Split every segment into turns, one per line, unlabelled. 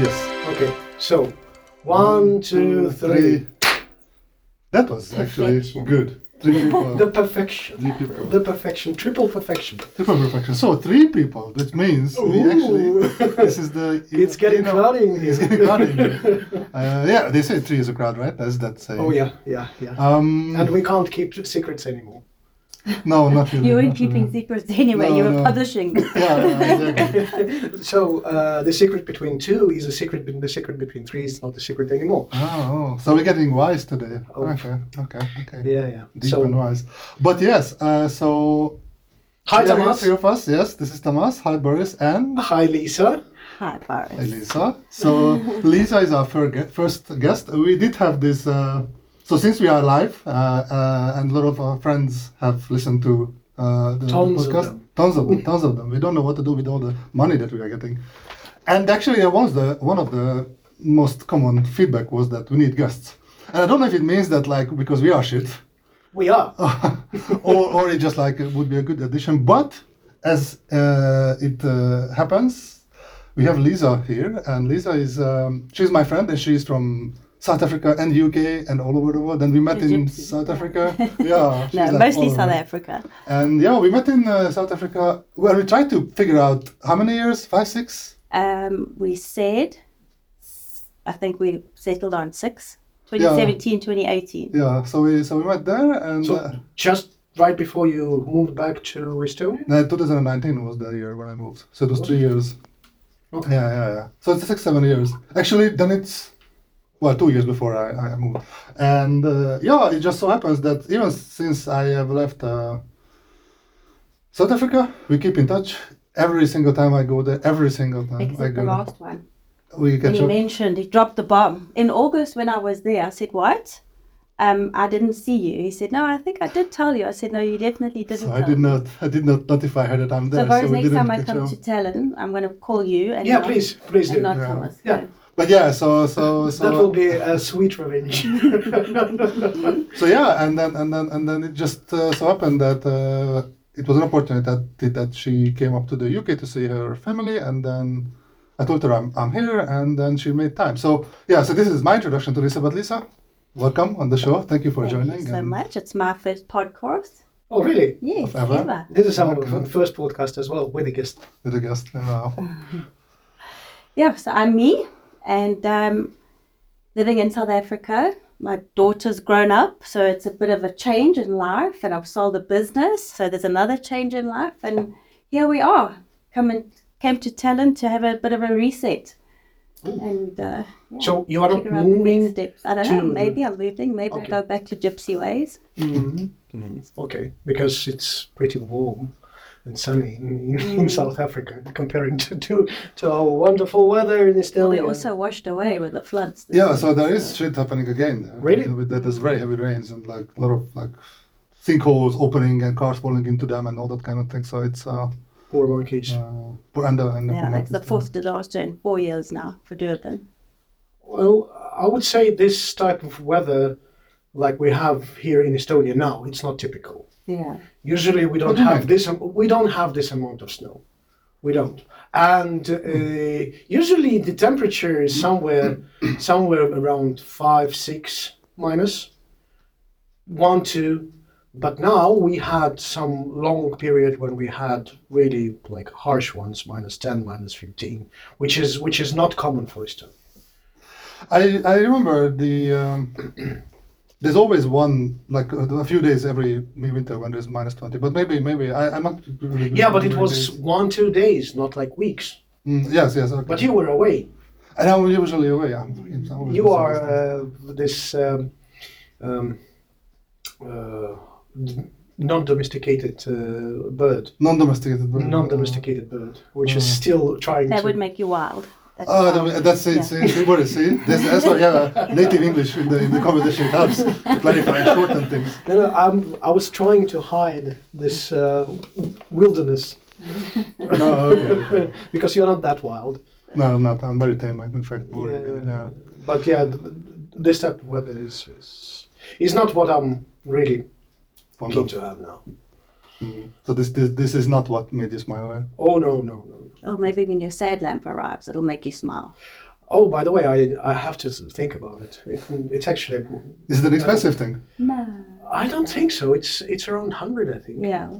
Yes.
Okay, so one, two, three.
That was actually good. Three people.
The perfection.
three people.
The perfection, triple perfection.
Triple perfection. So three people. That means we actually. This is the.
it's getting
you know,
crowded in
It's
here.
getting crowded. uh, yeah, they say three is a crowd, right? That's that saying.
Oh yeah, yeah, yeah.
Um,
and we can't keep secrets anymore.
no, not really.
You
not
weren't keeping
really.
secrets anyway. you
Mm-hmm. No,
were
no.
publishing.
Yeah, yeah, exactly.
So uh, the secret between two is a secret, but the secret between three is not a secret anymore.
Oh, so we're getting wise today.
Oh.
Okay, okay, okay.
Yeah, yeah.
Deep
so
and wise. But yes, uh, so
hi
there are
Thomas.
three of us. Yes, this is Thomas. Hi, Boris, and
Hi Lisa.
Hi,
hi,
Boris.
Lisa. So Lisa is our fir- gu- first guest. We did have this. Uh, so since we are live, uh, uh, and a lot of our friends have listened to. Uh, the, the
Tons of
podcast.
them.
tons of them, tons of them. We don't know what to do with all the money that we are getting, and actually, that was the one of the most common feedback was that we need guests, and I don't know if it means that like because we are shit,
We are.
Um, or, or it just like it would be a good addition. But as uh, it uh, happens, we have Lisa here, and Lisa is um, she's my friend, and she's from South Africa and UK and all over the world. And we met in
Egypt.
South Africa, yeah, she's
No,
like "Oh,
mostly
all
South
over.
Africa.
And yeah, we met in uh, South Africa where we tried to figure out how many years, five, six.
Um, we said, I think we settled on six.
Yeah.
2017, 2018.
Yeah, so we so we met there, and
So
uh,
just right before you moved back to Estonia.
No, 2019 was the year when I moved. So it was three years.
Okay.
Yeah, yeah, yeah. So it's six, seven years. Actually, then it's, well, two years before I, I moved. And uh, yeah, it just so happens that even since I have left uh, South Africa, we keep in touch. Every single time I go there, every single time I
Except
go
the
there,
last one.
we
And
catch
he
up.
mentioned he dropped the bomb in August when I was there. I said, "What? Um, I didn't see you." He said, "No, I think I did tell you." I said, "No, you definitely didn't."
So I
tell
did
me."
not, I did not notify her that I'm
So,
there.
far as
we
next
didn't
time I
catch
come
up.
to Talon, I'm going to call you. And
Yeah,
not,
please, please
And
do.
not
Yeah.
Thomas.
Yeah.
But yeah, so so so
That will be a sweet revenge.
So yeah, and then and then and then it just uh, so happened that uh, it was an opportunity that that she came up to the UK to see her family, and then I told her I'm I'm here, and then she made time. So yeah, so this is my introduction to Lisa. But Lisa, welcome on the show. Thank you for
Thank
joining.
you so
and-
much. It's my first podcast.
oh really?
Yes,
ever.
ever.
This is our
Okay.
first podcast as well with a guest.
With a guest. and, uh,
Yeah, so I'm me, and um, living in South Africa. My daughter's grown up, so it's a bit of a change in life, and I've sold a business, so there's another change in life, and here we are. Come and came to Talent to have a bit of a reset, and uh, yeah,
So you are not
figure out the next
moving.
steps. I don't know.
to-
Maybe I'm moving. Maybe I
Okay.
go back to gypsy ways.
Mhm. Okay, because it's pretty warm and sunny in, in South Africa comparing to, to to our wonderful weather in
Well, we
Estonia.
also washed away with the floods.
yeah, so there is shit happening again. there.
Really?
With that, there's very heavy rains and like a lot of like sinkholes opening and cars falling into them and all that kind of thing. So it's uh,
Poor monkeys.
uh and the, and the
Yeah, that's the fourth disaster in four years now for Durban.
Well, I would say this type of weather, like we have here in Estonia now, it's not typical.
Yeah.
Usually, we don't
do you
have
mean?
this. We don't have this amount of snow. We don't. And uh, usually, the temperature is somewhere somewhere around five, six minus one, two. But now we had some long period when we had really like harsh ones, minus ten, minus fifteen, which is which is not common for Estonia.
I I remember the um, there's always one like a, a few days every winter when there's minus twenty, but maybe maybe I I'm not. really good
Yeah, but
with
it was
days.
one, two days, not like weeks.
Mm, yes yes okay.
But you were away.
and I'm usually away. I'm, I'm always
you are
busy.
uh, this um, um, uh, non-domesticated uh, bird,
non-domesticated. bird.
non-domesticated bird, which is still trying
That
to.
would make you wild. That's
Oh,
wild.
no, that's it.
Yeah.
See, see, what is- see? That's, that's why yeah, native English in the, in the conversation helps to clarify and shorten things.
no, no, I'm, I was trying to hide this uh, wilderness
No, okay.
because you're not that wild.
no, I'm not. I'm very tame. I'm in fact boring.
Yeah.
yeah.
But yeah, th- this type of weather is, is is not what I'm really
Fond
keen
of.
to have now.
So this, this this is not what made you smile. Right?
Oh no, no, no.
Or maybe when your sad lamp arrives, it'll make you smile.
Oh, by the way, I, I have to think about it. it. It's actually,
Is it an expensive thing?
No.
I don't think so. It's it's around 100, I think.
Yeah.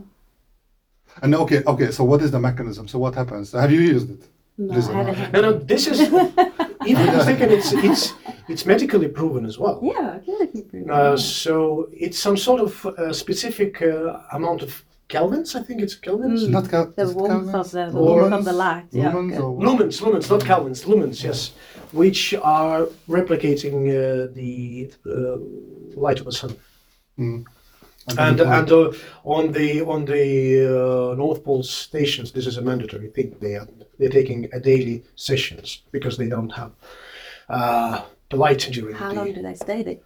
And okay, okay. So what is the mechanism? So what happens? Have you used it?
No,
Listen.
I haven't.
No, no, this is, even I'm thinking it's, it's, it's medically proven as well.
Yeah, clinically proven.
Uh, so it's some sort of uh, specific uh, amount of kelvins, I think it's kelvins.
Mm.
Not cal-
the
is it
warmth
Kelvins?
of the, the warmth of the
Lumens?
light. Yeah.
Lumens
good.
or what?
Lumens, lumens, not kelvins, lumens, yes, which are replicating uh, the uh, light of the sun. And
then-
and uh, on the on the uh, North Pole stations, this is a mandatory thing. They are they're taking a daily sessions because they don't have uh, the light during
How
the
long
day.
do they stay there?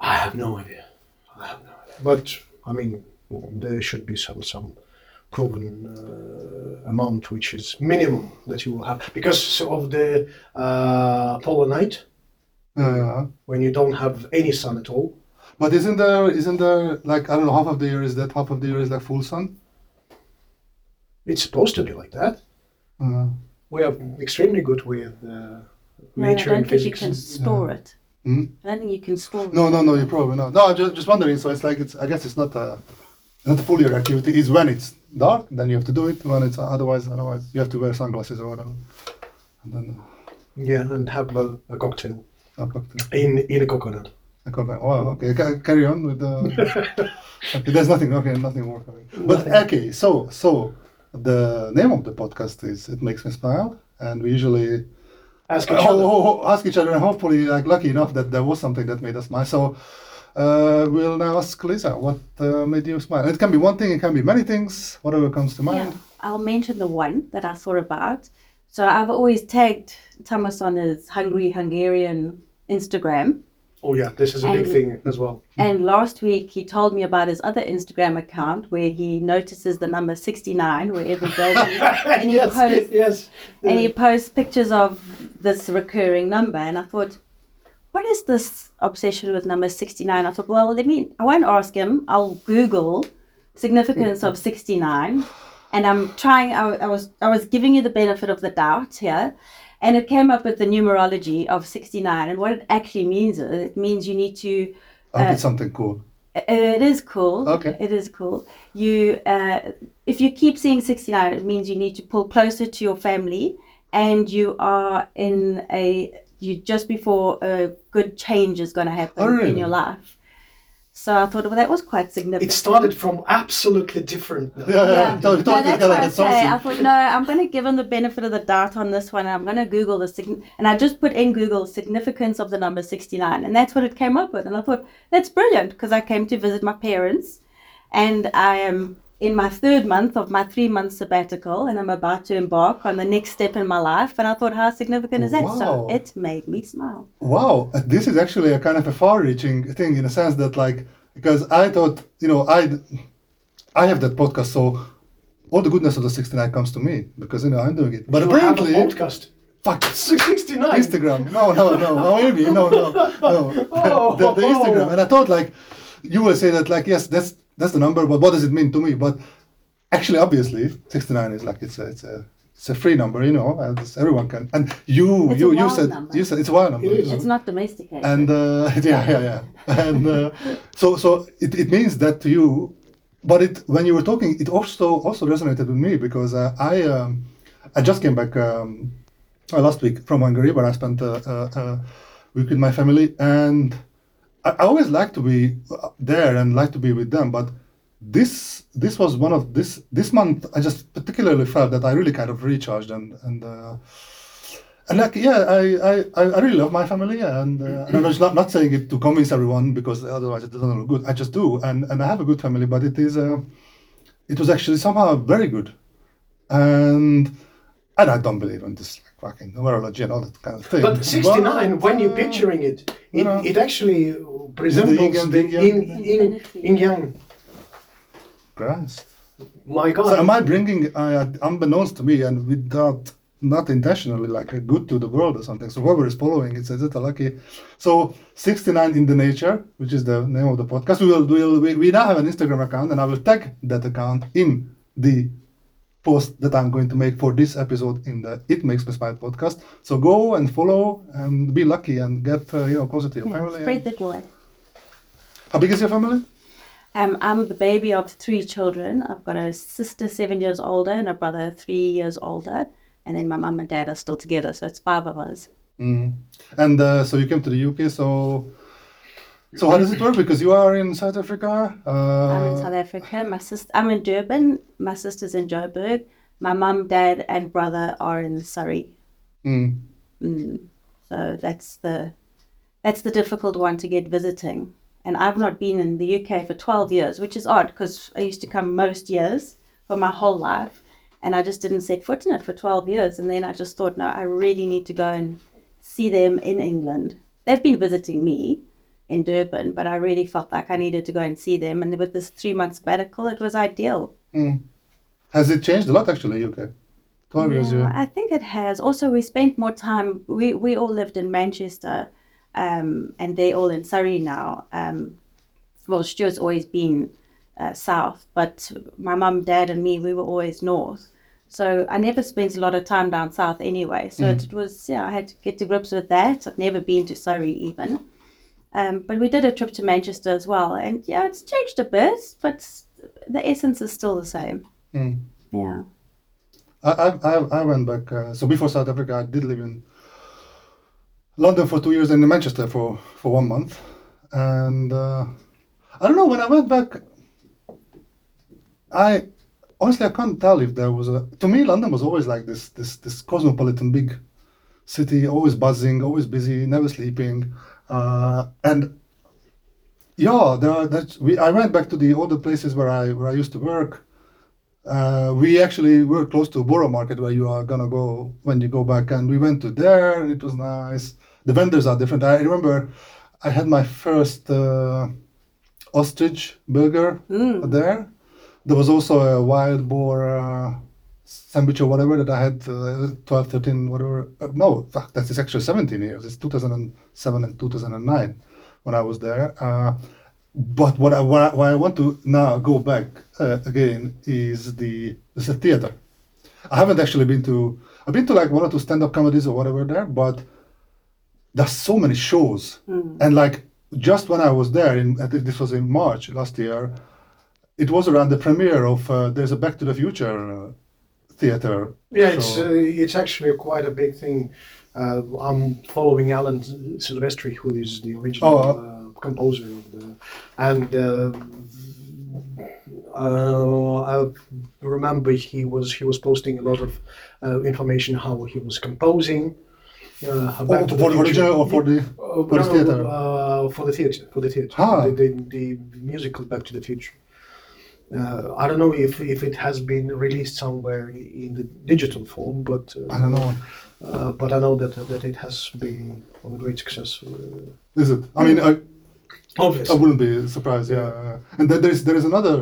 I have no idea. I have no idea. But I mean, there should be some some proven uh, amount which is minimum that you will have because of the uh, polar night
Yeah, yeah.
when you don't have any sun at all.
But isn't there isn't there like I don't know half of the year is that half of the year is like full sun?
It's supposed to be like that.
Uh,
We are extremely good with uh,
No, I
nature
don't
and
think you
physics.
can store it.
Hmm?
I don't think you can store it.
no, no, no. You probably not. No, I'm just, just wondering. So it's like it's. I guess it's not a not a full year activity. It's when it's dark, then you have to do it. When it's otherwise, otherwise you have to wear sunglasses or whatever. And then
Yeah, and have a, a cocktail
uh, a cocktail.
in in a coconut.
A cocktail. Wow. Okay. Ca- carry on with the. okay, there's nothing. Okay, nothing more coming. But okay. So so the name of the podcast is "It Makes Me Smile," and we usually
Ask each
Oh,
other.
oh, oh, ask each other, and hopefully, like lucky enough that there was something that made us smile. So, uh, we'll now ask Lisa what uh, made you smile. It can be one thing, it can be many things, whatever comes to
Yeah.
mind.
I'll mention the one that I thought about. So I've always tagged Thomas on his Hungry Hungarian Instagram.
Oh yeah, this is a big
And-
thing as well.
And last week he told me about his other Instagram account where he notices the number 69 wherever goes. And you
yes,
post-
yes. Uh,
and he posts pictures of this recurring number. And I thought, what is this obsession with number 69? I thought, well, let me, I won't ask him. I'll Google significance of 69. And I'm trying, I, I was, I was giving you the benefit of the doubt here. And it came up with the numerology of 69. And what it actually means is it means you need to,
I hope
Uh,
it's something cool.
it is cool.
Okay.
It is cool. You, uh, if you keep seeing 69, it means you need to pull closer to your family and you are in a, you just before a good change is going to happen
Oh,
in
really?
your life. So I thought, well, that was quite
It
significant.
started from absolutely different.
Yeah, yeah, yeah.
No,
Uh, Don't, don't
that's
look at
what
that,
I
it's
say. I
awesome.
thought, no, I'm going to give him the benefit of the doubt on this one. I'm going to Google the sign, and I just put in Google significance of the number 69, and that's what it came up with. And I thought that's brilliant because I came to visit my parents, and I am in my third month of my three month sabbatical, and I'm about to embark on the next step in my life. And I thought, how significant is that? So
Wow.
it made me smile.
Wow, this is actually a kind of a far-reaching thing in a sense that, like, because I thought, you know, I I have that podcast, so all the goodness of the 69 comes to me because you know I'm doing it. But
You have a
apparently,
podcast.
fuck,
Sixty-nine.
Instagram. No, no, no. No, Amy, no, no, no.
Oh.
The, the Instagram. And I thought, like, you will say that, like, yes, that's that's the number, but what does it mean to me? But actually, obviously, 69 is like it's a it's a it's a free number, you know, and it's, everyone can. And you
It's a
you you
wild
said
number.
you said it's a wild number.
It is.
you know.
It's not domesticated.
Hmm. And uh, yeah, yeah, yeah. And uh, so so it, it means that to you, but it when you were talking, it also also resonated with me because uh, I um, I just came back um, uh, last week from Hungary where I spent a, a, a week with my family, and I, I always like to be uh, there and like to be with them, but. This this was one of this this month I just particularly felt that I really kind of recharged and and uh, and like, yeah, I, I, I I really love my family, and, uh, and I'm just not, not saying it to convince everyone because otherwise it doesn't look good. I just do, and, and I have a good family, but it is uh, it was actually somehow very good, and and I don't believe in this like, fucking numerology and all that kind of thing.
But sixty-nine,
But,
when you're
uh,
picturing it, it,
know.
it actually resembles
yin and
the
yang.
yin, yin, yin yang.
Christ.
My God.
So am I bringing, uh, unbeknownst to me, and without not intentionally, like a good to the world or something? So whoever is following, it's a little lucky. So 69 in the nature, which is the name of the podcast. We will, we will, we, we now have an Instagram account, and I will tag that account in the post that I'm going to make for this episode in the It Makes Me Smile podcast. So go and follow and be lucky and get uh, you know closer to your
Yeah,
family.
spread the joy.
How big is your family?
Um, I'm the baby of three children. I've got a sister seven years older and a brother three years older. And then my mum and dad are still together, so it's five of us.
Mm. And uh, so you came to the UK. So so how does it work? Because you are in South Africa. Uh,
I'm in South Africa. My sister, I'm in Durban. My sister's in Joburg. My mum, dad, and brother are in Surrey.
mm.
Mm. So that's the that's the difficult one to get visiting. And I've not been in the UK for 12 years, which is odd because I used to come most years for my whole life, and I just didn't set foot in it for 12 years. And then I just thought, no, I really need to go and see them in England. They've been visiting me in Durban, but I really felt like I needed to go and see them. And with this three month sabbatical, it was ideal.
Mm. Has it changed a lot actually, UK? 12 years
Yeah,
ago.
I think it has. Also, we spent more time. We we all lived in Manchester, um, and they all in Surrey now. Um, well, Stuart's always been uh, south, but my mum, dad, and me we were always north. So I never spent a lot of time down south anyway. So
Mm.
it was yeah, I had to get to grips with that. I've never been to Surrey even. Um, but we did a trip to Manchester as well, and yeah, it's changed a bit, but the essence is still the same.
Mm.
Yeah.
I, I- I, I went back. Uh, so before South Africa, I did live in London for two years and in Manchester for, for one month. And uh, I don't know, when I went back, I honestly I can't tell if there was a. To me, London was always like this this this cosmopolitan big city, always buzzing, always busy, never sleeping. Uh, and yeah, there are, that's, we, I went back to the older places where I where I used to work. Uh, we actually were close to Borough Market where you are gonna go when you go back, and we went to there. It was nice. The vendors are different. I remember I had my first uh, ostrich burger
Mm.
there. There was also a wild boar uh, sandwich or whatever that I had uh, 12, 13, whatever. Uh, no, fuck, that is actually 17 years. It's 2007 and 2009 when I was there. Uh, but what I, what I, what I want to now go back uh, again is the, is the theater. I haven't actually been to, I've been to like one or two stand up comedies or whatever there, but there's so many shows.
Mm.
And like just when I was there, in, I think this was in March last year, it was around the premiere of uh, there's a Back to the Future uh, theater.
Yeah, it's
show.
uh, it's actually quite a big thing. Uh, I'm following Alan Silvestri, who is the original
Oh.
uh, composer, of the, and uh, uh, I remember he was he was posting a lot of uh, information how he was composing. Uh, how Back
Oh,
to
for the
Future-
original or for the
Uh,
for the
no,
theater?
uh, for the theater, for the theater,
Ah.
the, the, the musical Back to the Future. Uh, I don't know if, if it has been released somewhere in the digital form, but uh,
I don't know.
Uh, but I know that that it has been a great success. Uh,
Is it? I
mm.
mean, I, I
obviously,
wouldn't be surprised. Yeah. And then there's there is another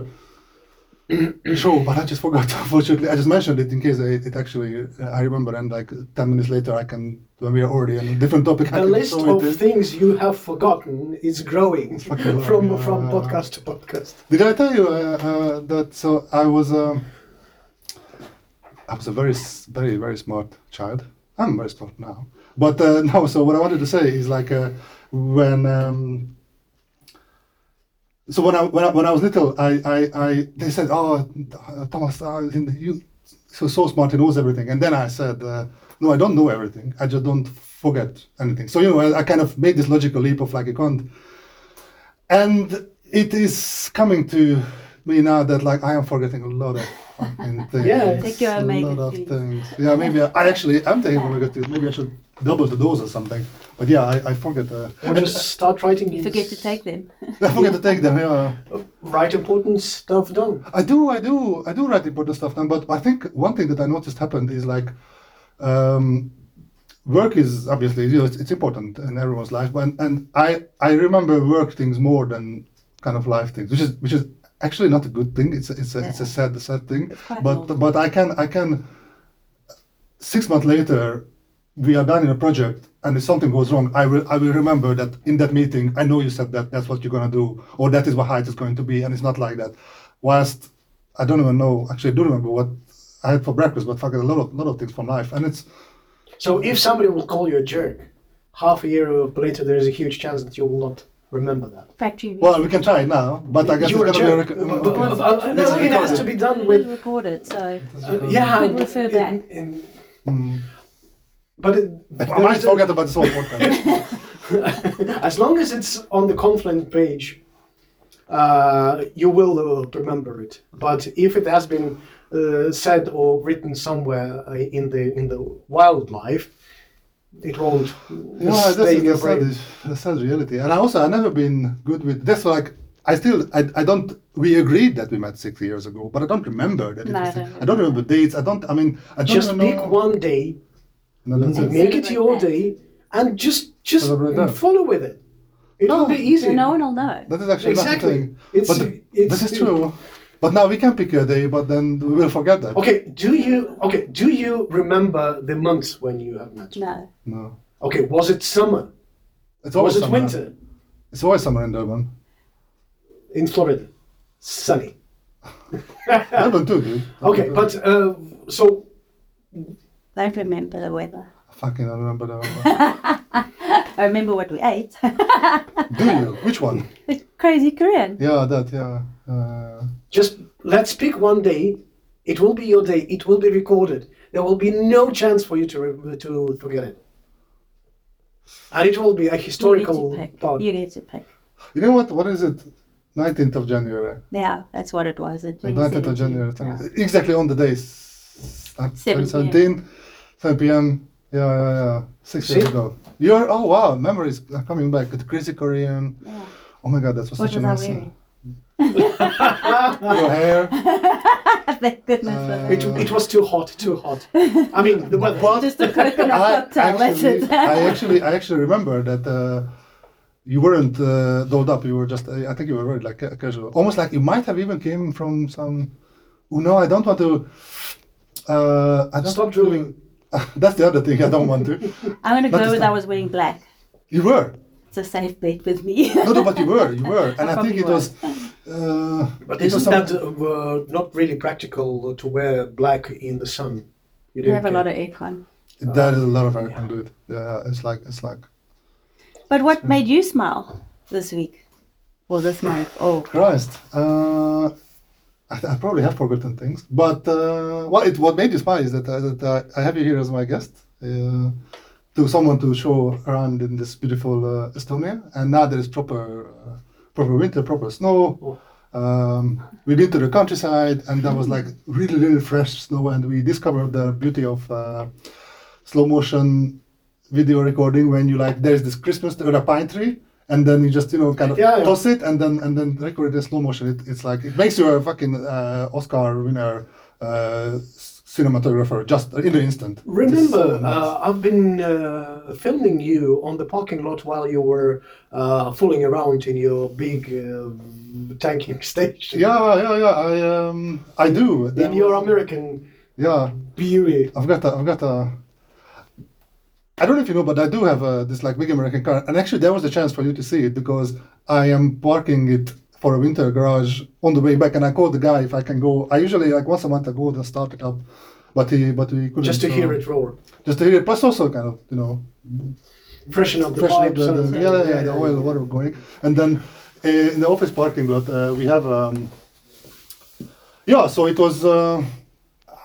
show, but I just forgot. Unfortunately, I just mentioned it in case I, it actually I remember. And like ten minutes later, I can when we are already on a different topic. I
the
can
list
throw
of
it in.
things you have forgotten is growing
fucking long,
from from
yeah.
podcast to podcast.
Did I tell you uh, uh, that? So I was, um, I was a very, s- very, very smart child. I'm very smart now, but uh, no. So what I wanted to say is like uh, when, um, so when I, when I when I was little, I, I, I they said, oh, uh, Thomas, uh, in- you so so smart, he knows everything. And then I said, uh, no, I don't know everything. I just don't forget anything. So you know, I, I kind of made this logical leap of like you can't and it is coming to me now that like I am forgetting a lot of fucking things.
Yeah.
Take your
a
omega
lot of
threes.
things. Yeah, maybe I, I actually am taking omega three. Maybe I should double the dose or something. But yeah, I, I forget. Uh,
Or just start writing.
You forget to take them.
I forget to take them. Yeah,
write important stuff down.
I do, I do, I do write important stuff now. But I think one thing that I noticed happened is like. Um, Work is obviously you know, it's, it's important in everyone's life, but, and I I remember work things more than kind of life things, which is which is actually not a good thing. It's a, it's a, it's a sad sad thing.
It's quite
but
normal.
but I can I can six months later we are done in a project and if something goes wrong I will I will remember that in that meeting I know you said that that's what you're gonna do or that is what height is going to be and it's not like that. Whilst I don't even know actually I do remember what I had for breakfast, but fucking a lot of lot of things from life. And it's
So if somebody will call you a jerk, half a year later, there is a huge chance that you will not remember that.
Factory.
well, we can try it now, but I guess
You were a
it's gonna
jerk.
be
But-
rec-
but-
okay.
but- uh,
It's
no, It has
recorded.
to be done
we
with.
recorded, so
uh, yeah,
We'll refer
in-
back.
in-
Mm.
but it,
I might forget about this whole podcast.
as long as it's on the Confluent page, uh, you will uh, remember it. But if it has been uh, said or written somewhere uh, in the in the wildlife, it won't
yeah, this
stay
is
in your
the
brain.
sad, the sad reality. And I also I never been good with that's like I still I, I don't we agreed that we met six years ago, but I don't remember that. it
No, I
was
don't
six- I don't remember dates. I don't. I mean, I don't
Just
even
pick
know.
one day,
No, that's it.
make it
Celebrate
your
that.
day, and just just
Celebrate that.
follow with it. It will
No.
be easy.
no one will know.
That is actually
Exactly.
nothing.
It's-
but
it's-
this is true. But now we can pick a day, but then we will forget that.
Okay, do you okay? Do you remember the months when you have met?
No.
No,
Okay, was it summer?
it's always
Was it
summer.
winter
It's always summer in Durban.
in Florida? Sunny.
Durban too, dude.
Okay,
Durban.
but uh, so
Don't remember the weather.
fucking I remember that.
I remember what we ate.
one. Do you? Which one?
Crazy Korean.
Yeah, that. Yeah. Uh,
just let's pick one day. It will be your day. It will be recorded. There will be no chance for you to re- to forget it, and it will be a
You get
historical
to pick.
part.
You get to pick.
you know what? What is it? 19th of January.
Yeah, that's what it was. It
19th of January. Exactly on the day. s- uh,
7 p.m.
17, 7 p.m. Yeah, yeah, yeah. Six years
See?
ago. You're, oh wow, memories are coming back. The crazy Korean.
Yeah.
Oh my god, that was
What
such an
was I
awesome.
wearing?
Your hair.
Thank goodness.
Uh,
for that.
It, it was too hot, too hot. I mean, the weather.
Just a coconut
I
cocktail. That's
actually,
it.
I actually, I actually remember that uh, you weren't uh, dolled up. You were just, uh, I think you were very like ca- casual, almost like you might have even came from some. Oh no, I don't want to. Uh, I don't
Stop drooling.
That's the other thing I don't want to.
I'm gonna
Not
go
this
with I
time.
was wearing black.
You were.
It's a safe bet with me.
No, no, but you were. You were, and I, think it
probably
was. Uh,
But
it was
isn't
some-
that uh, not really practical to wear black in the sun? You
We have a
don't
lot
care.
of aircon.
That is a lot of I
Yeah.
can do it. Yeah, it's like it's like
But
Hmm.
what made you smile this week? Well, this month. Oh,
Christ. Uh, I, I probably have forgotten things, but uh, well, it what made you smile is that, uh, that uh, I have you here as my guest, uh, to someone to show around in this beautiful uh, Estonia, and now there is proper uh, proper winter, proper snow. Um, we've been to the countryside, and that was like really really fresh snow, and we discovered the beauty of uh, slow motion video recording when you like there's this Christmas or a pine tree. And then you just you know kind of
Yeah, yeah.
toss it and then and then record it in slow motion. It, it's like it makes you a fucking uh, Oscar winner uh, s- cinematographer just in the instant. It is so
Remember,
nice.
uh, I've been uh, filming you on the parking lot while you were uh, fooling around in your big uh, tanking station.
yeah, yeah, yeah. I um I do.
In your American
yeah,
beauty.
I've got a, I've got a. I don't know if you know, but I do have a, this like big American car, and actually there was a chance for you to see it because I am parking it for a winter garage on the way back, and I called the guy if I can go. I usually like once a month I go and start it up, but he but we couldn't.
Just to
so-
hear it roar.
Just to hear it, plus also kind of you know
Freshen up the
freshen up
pipes.
the,
and-
the, yeah, yeah, yeah, the oil, water going. And then uh, in the office parking lot, uh, we have. Um, yeah, so it was. Uh,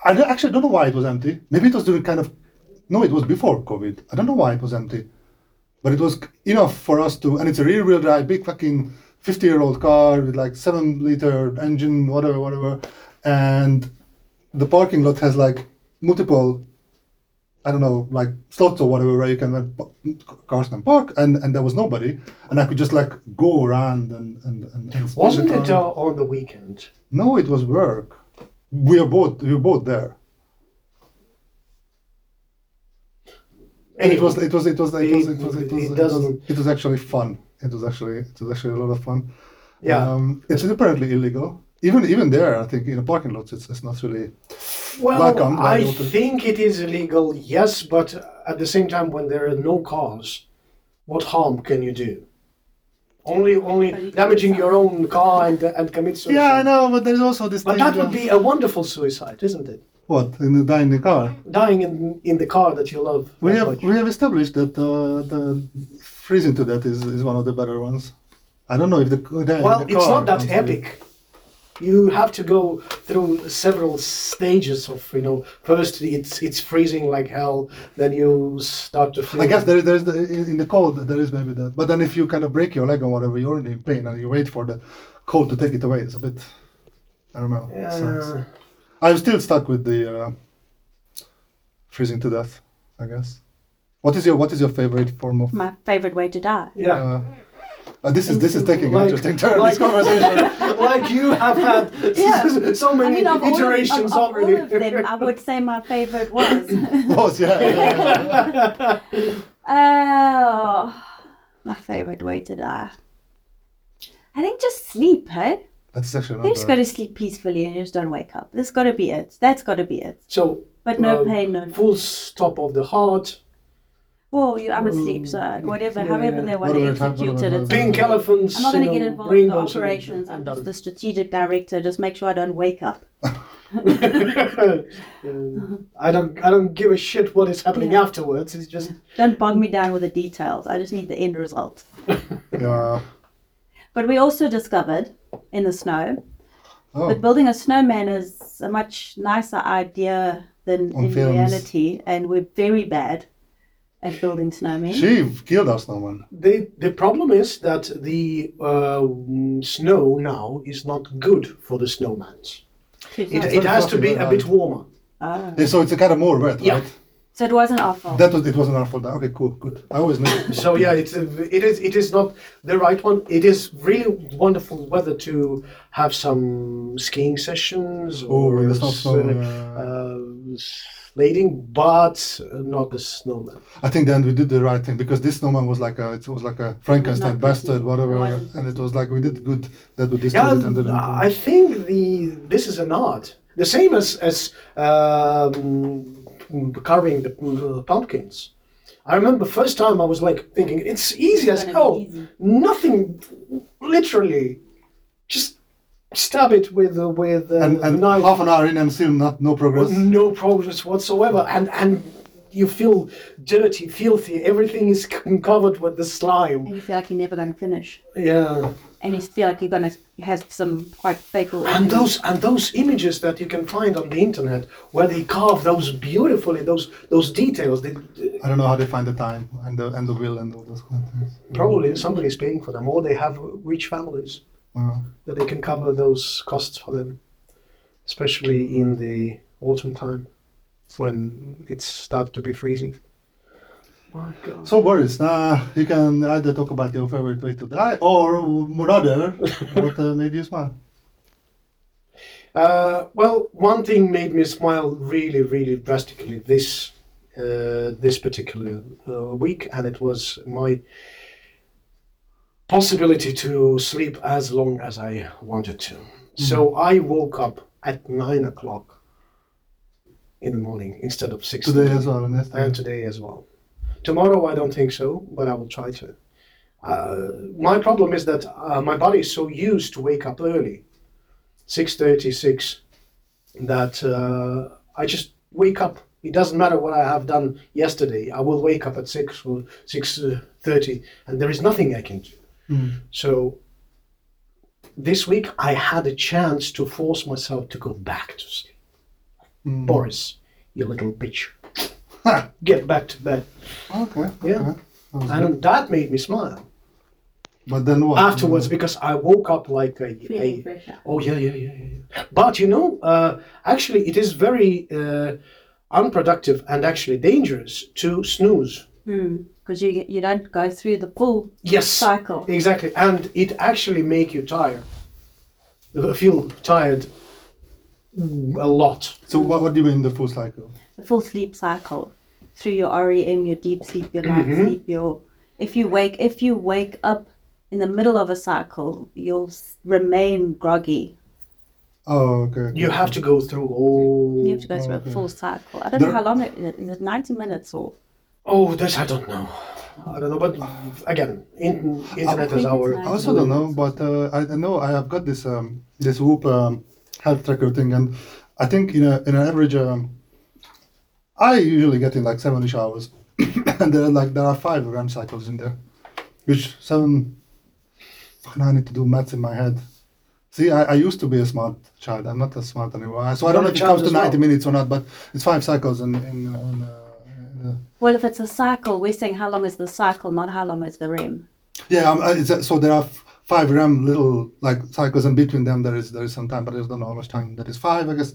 I don't- actually don't know why it was empty. Maybe it was during kind of. No, it was before COVID. I don't know why it was empty, but it was enough for us to. And it's a rear wheel drive, big fucking fifty-year-old car with like seven-liter engine, whatever, whatever, and the parking lot has like multiple I don't know, like slots or whatever, where you can rent pa- cars can park, and, and there was nobody, and I could just like go around and and, and, and spend
Wasn't
the
it
time.
uh, on the weekend?
No, it was work. We are both we were both there. And it was it was it was it was it was it was
It
it was,
doesn't-
it was actually fun. It was actually it was actually a lot of fun.
Yeah.
um, it's apparently illegal. Even even there, I think in the parking lots, it's it's not really.
Well,
Black on black
I
auto.
think it is illegal, yes, but at the same time, when there are no cars, what harm can you do? Only,
But
only
you can
damaging
decide.
your own car and and commit suicide.
Yeah, I know, but there's also this.
But
thing
that would
that-
be a wonderful suicide, isn't it?
What in the dining car?
Dying in, in the car that you love.
We
that
have
much.
we have established that uh, the freezing to that is, is one of the better ones. I don't know if the, the
well,
the
it's
car
not that
comes with-
epic. You have to go through several stages of you know. First, it's it's freezing like hell. Then you start to feel.
I guess there, there's the, in the cold there is maybe that, but then if you kind of break your leg or whatever, you're already in pain and you wait for the cold to take it away. It's a bit, I don't know. It sucks.
Yeah.
I'm still stuck with the uh, freezing to death. I guess. What is your what is your favorite form of?
My favorite way to die.
yeah.
Uh, uh, this is this is taking
Like-
an interesting turn.
like-
this conversation.
like you have had
Yeah.
so
I
many
mean, of all, of,
iterations
of all
already.
of them, I would say my favorite was.
was yeah. yeah, yeah.
Oh, my favorite way to die. I think just sleep, hey?
That's actually
You just
not
go
bad.
to sleep peacefully and you just don't wake up. That's got to be it. That's got to be it.
so
But no
um,
pain, no.
full stop of the heart.
Well, you, I'm asleep,
Mm,
so whatever,
yeah,
however
yeah.
they want to
Whatever time,
execute it.
whatever
it's-
time.
Pink elephants.
I'm not going
you
to get
know,
involved in the
rainbows and-
operations. I'm
and
just the strategic director. Just make sure I don't wake up.
Um, I don't I don't give a shit what is happening
Yeah.
afterwards. It's just
Don't bog me down with the details. I just need the end result.
Yeah.
But we also discovered in the snow
Oh.
that building a snowman is a much nicer idea than
On
in
films.
reality, and we're very bad at building snowmen.
She killed us, no one.
the the problem is that the uh, mm, snow now is not good for the snowmans.
She's
It,
not-
it has to be a bit warmer.
Ah.
Yeah, so it's a kind of more red,
Yeah.
right?
So it wasn't our fault.
That was it wasn't our fault. Okay, cool, good. I always knew.
So yeah, it's uh, it is it is not the right one. It is really wonderful weather to have some skiing sessions
Oh,
or
with the snow, snow,
uh,
uh,
uh, sledding, but not the snowman.
I think then we did the right thing because this snowman was like a it was like a Frankenstein
Not
bastard,
pretty.
whatever,
It wasn't.
and it was like we did good that we
Yeah, uh,
destroyed it and didn't.
I think the this is an art, the same as as um, carving the uh, pumpkins. I remember first time I was like thinking it's easy as
Gonna be
hell,
easy.
nothing, literally, just stab it with uh, with uh,
and and
knife.
half an hour in and still not no progress.
no progress whatsoever, and and you feel dirty, filthy. Everything is c- covered with the slime.
And you feel like you're never going to finish.
Yeah.
And you feel like you're going to have some quite fatal.
And those and those images that you can find on the internet, where they carve those beautifully, those those details. They, they-
I don't know how they find the time and the and the will and all those kind of things.
probably somebody's paying for them, or they have rich families
Wow.
that they can cover those costs for them, especially in the autumn time when it's starts to be freezing. My God.
So Boris, now you can either talk about your favorite way to die or rather what uh, made you smile.
Uh, well, one thing made me smile really, really drastically this uh, this particular uh, week, and it was my possibility to sleep as long as I wanted to. So I woke up at nine o'clock in the morning instead of six
Today as well and yesterday.
and today as well. Tomorrow, I don't think so, but I will try to. Uh, my problem is that uh, my body is so used to wake up early, six thirty, six, that uh, I just wake up. It doesn't matter what I have done yesterday. I will wake up at six or six uh, thirty, and there is nothing I can do.
Mm.
So this week, I had a chance to force myself to go back to sleep.
Mm.
Boris, you little bitch,
Ha!
get back to bed.
Okay. okay.
Yeah.
That was good.
And that made me smile
But then what?
afterwards because I woke up like a.
feeling
a-
pressure.
oh, yeah, yeah, yeah, yeah. yeah. But you know, uh, actually, it is very uh, unproductive and actually dangerous to snooze.
Because Hmm. you, you don't go through the full
Yes.
cycle.
Exactly. And it actually make you tired. You Feel tired a lot.
So what, what do you mean the full cycle?
the full sleep cycle through your REM, your deep sleep, your light
Mm-hmm.
sleep, your if you wake if you wake up in the middle of a cycle, you'll s- remain groggy.
Oh, okay.
You have to go through all.
You have to go through a full cycle. I don't know
Oh, There-
how long it is. Is it ninety minutes or?
Oh, this I don't know. I don't know, but again, in, internet is
think
our.
it's
I also don't know, but uh, I I know I have got this um, this Whoop um, health tracker thing, and I think in a in an average, um, I usually get in like sevenish hours, and there are like there are five RAM cycles in there, which seven. Fucking, I need to do maths in my head. See, I, I used to be a smart child. I'm not as smart anymore. So I don't
You're
know
a
if it
child
comes to
as well.
90 minutes or not, but it's five cycles in in. in, uh, in uh,
Well, if it's a cycle, we're saying how long is the cycle, not how long is the REM.
Yeah, um, uh, it's, uh, so there are f- five RAM little like cycles, and between them there is there is some time, but I don't know how much time that is. Five, I guess.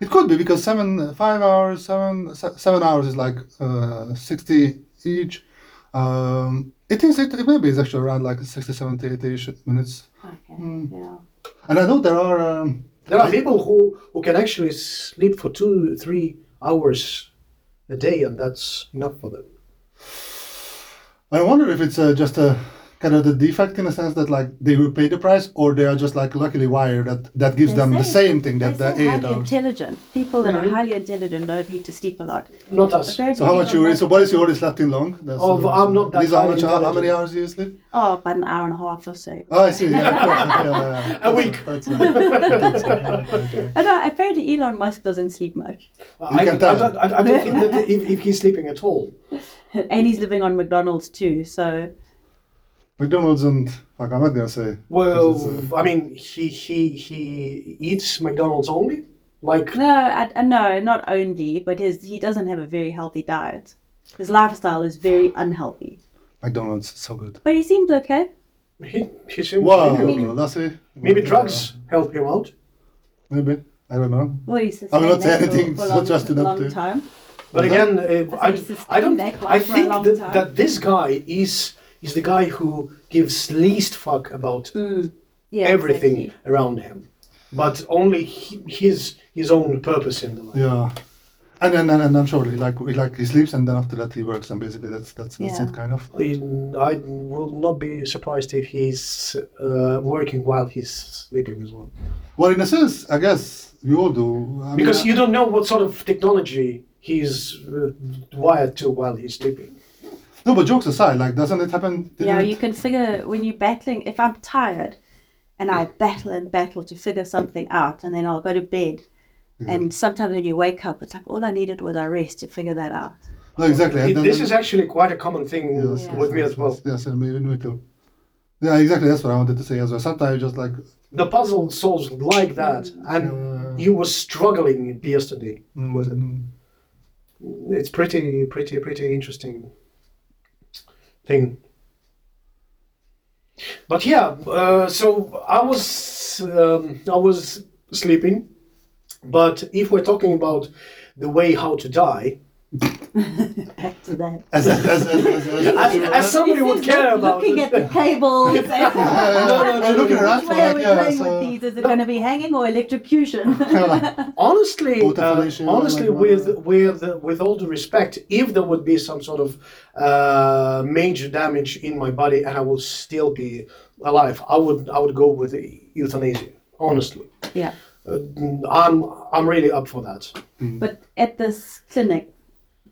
It could be because seven, uh, five hours, seven, se- seven hours is like uh, sixty each. Um, it is. It, it maybe it's actually around like 60, 70, 80 ish minutes.
Okay.
Mm.
Yeah.
And I know there are. Um,
There are people who, who can actually sleep for two, three hours a day, and that's enough for them.
I wonder if it's uh, just a kind of the defect in a sense that like they will pay the price, or they are just like luckily wired that that gives
They
them the
say-
same thing that
They're
the
so
eight
highly
hours.
intelligent. People that are
Mhm.
highly intelligent don't need to sleep a lot.
Not
But
us.
they're
So how
doing
much
a
you
lot-
so what is your oldest left in long? That's
Oh,
uh,
I'm not that
These are how
highly
much how, how
intelligent.
many hours do you sleep?
Oh, about an hour and a half or so.
Oh, I see. Yeah, of course. Yeah, yeah, yeah.
A week.
That's, uh, that's, uh, okay.
And I, apparently Elon Musk doesn't sleep much,
I,
can
I
tell.
don't, I, I don't think that if, if he's sleeping at all.
and he's living on McDonald's too. So
McDonald's and fuck, I'm not gonna say. This is,
Well, I mean, he he he eats McDonald's only. Like
no, I, I- no, not only, but his he doesn't have a very healthy diet. His lifestyle is very unhealthy.
McDonald's so good.
But he seems okay.
he he seems
Wow,
maybe,
that's it.
maybe drugs help him out.
Maybe I don't know.
Well, he's
I will not say
sustained that for-
anything,
for
it's
long,
just enough
long
to-
time.
But
Yeah.
again, uh, I,
he's sustained
I don't.
that
I
life for a
think
long
that,
time.
that this guy is is the guy who gives least fuck about
Yeah,
everything
exactly.
around him, but only he, his his own purpose in the life.
Yeah. And then and, and I'm sure he like he like he sleeps and then after that he works and basically that's that's that's
Yeah.
it kind of.
In- I will not be surprised if he's uh, working while he's sleeping as well.
Well, in a sense, I guess we all do. I mean,
Because
I-
you don't know what sort of technology he's uh, wired to while he's sleeping.
no, but jokes aside, like doesn't it happen? didn't
Yeah,
it-
you can figure when you're battling. If I'm tired, and I'll battle and battle to figure something out, and then I'll go to bed. And sometimes when you wake up, it's like all I needed was a rest to figure that out.
no, exactly. and
It-
then-
this
then-
is actually quite a common thing
Yes,
Yeah.
with me
yes,
as well.
Yes, and me, me too. Yeah, exactly. That's what I wanted to say as well. Sometimes just like
The puzzle solves like that,
Yeah.
and you were struggling yesterday. Was it?
mm,
It's pretty, pretty, pretty interesting thing. But yeah, uh, so I was um, I was sleeping, but if we're talking about the way how to die,
Back to that.
as as as as, as, as,
as, as somebody would care about
looking
it.
at the cables. and-
Yeah, yeah,
No,
yeah.
no, no,
I'm looking
no,
around
Which
for
way are
like,
we
yeah,
playing with
so,
these? Is it going to be hanging or electrocution?
yeah.
honestly,
Autofilation,
uh, honestly,
like,
with
uh,
with with all due respect, if there would be some sort of uh, major damage in my body and I will still be alive, I would I would go with euthanasia. Honestly,
yeah,
uh, I'm I'm really up for that.
but at this clinic,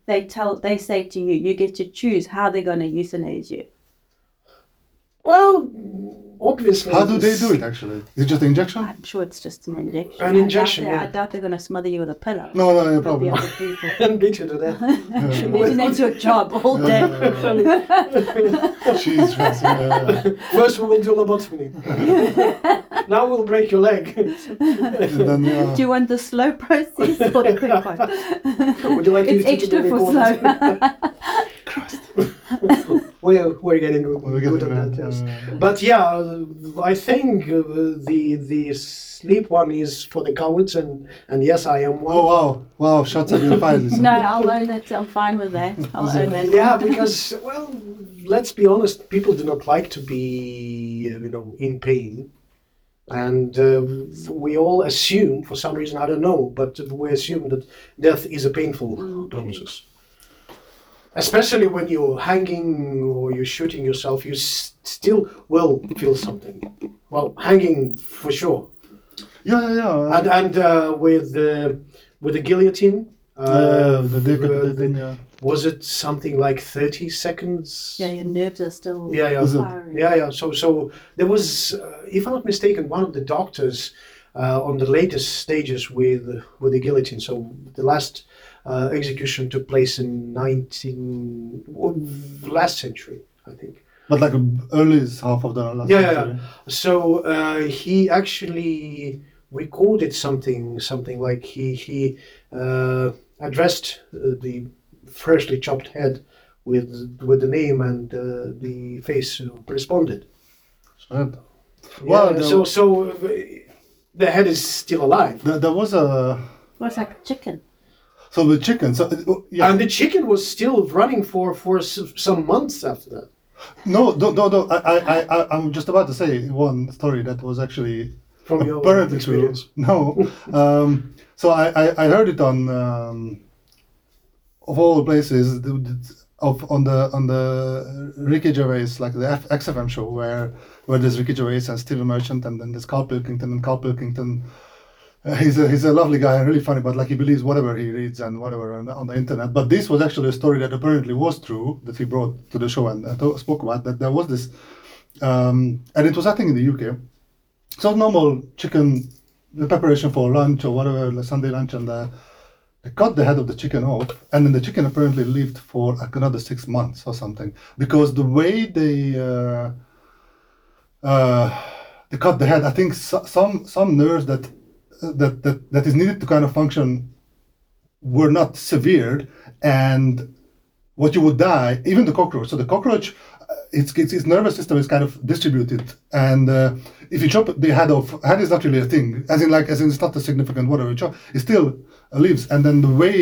they tell they say to you, you get to choose how they're going to euthanize you.
Well, obviously,
how do they do it actually? Is it just injection?
I'm sure it's just an injection.
An
I doubt
injection,
they- I
yeah.
doubt they're going to smother you with a pillow.
No, no, no
Probably
problem.
other people.
And beat you to death.
Imagine that's your job all day.
Jesus. yeah.
First, we will do lobotomy. now we'll break your leg.
And then, yeah.
Do you want the slow process or the quick one?
Would you like
it's
to to
extra
do
for
recordings?
slow.
We're, we're getting good,
We're getting
good at that,
there,
yes.
yeah.
But yeah, uh, I think uh, the the sleep one is for the cowards, and, and yes, I am one.
Oh wow, wow! Shots at your fire.
no, I'll own that. I'm fine with that. I'll own that.
Yeah, because well, let's be honest, people do not like to be uh, you know in pain, and uh, we all assume for some reason I don't know, but we assume that death is a painful process. Especially when you're hanging or you're shooting yourself, you s- still will feel something. Well, hanging for sure,
Yeah, yeah, yeah.
and and uh, with the with the guillotine.
Uh,
Uh,
the dick,
uh,
the thing, yeah.
was it something like 30 seconds?
Yeah, your nerves are still
Yeah, yeah.
Is it?
firing.
Yeah, yeah. So, so there was, uh, if I'm not mistaken, one of the doctors uh, on the latest stages with with the guillotine. So the last uh, execution took place in 19 w- last century, I think.
But like early is half of the last
Yeah, yeah,
century.
So uh, he actually recorded something, something like he he uh, addressed uh, the freshly chopped head with with the name and uh, the face responded.
Right.
Well,
Well, the-
so so uh, the head is still alive,
There, there was a
Well, it's like chicken.
so the chicken. So uh, yeah,
and the chicken was still running for for s- some months after that.
no, no, no, no. I, I, I, I- I'm just about to say one story that was actually
From your
apparently true.
experience,
No, um, so I, I, I heard it on um, of all places the- the- of on the on the Ricky Gervais like the F- XFM show where where there's Ricky Gervais and Steven Merchant and then there's Carl Pilkington and Carl Pilkington. uh, He's a, he's a lovely guy and really funny, but like he believes whatever he reads and whatever on, on the internet. But this was actually a story that apparently was true that he brought to the show and uh, to- spoke about. That there was this, um, and it was I think in the UK, so normal chicken the preparation for lunch or whatever the sunday lunch and uh, they cut the head of the chicken off and then the chicken apparently lived for like another six months or something because the way they uh, uh, they cut the head i think so, some some nerves that uh, that, that that is needed to kind of function were not severed and what you would die, even the cockroach. So the cockroach, uh, its its, its nervous system is kind of distributed, and uh, if you chop the head off, head is not really a thing. As in, like, as in, it's not a significant whatever. You chop, it still lives, and then the way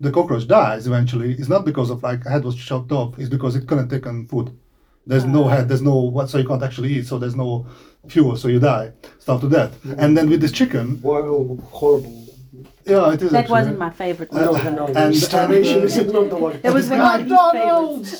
the cockroach dies eventually is not because of like head was chopped off. It's because it couldn't take on food. There's
Ah.
no head. There's no what, so you can't actually eat. So there's no fuel. So you die, starve to death.
Mm-hmm.
And then with this chicken,
horrible, horrible.
yeah, it is.
That
actually-
wasn't my favorite one.
No, no, no.
and-
starvation
and, uh,
is not the one.
It was one of my
McDonald's.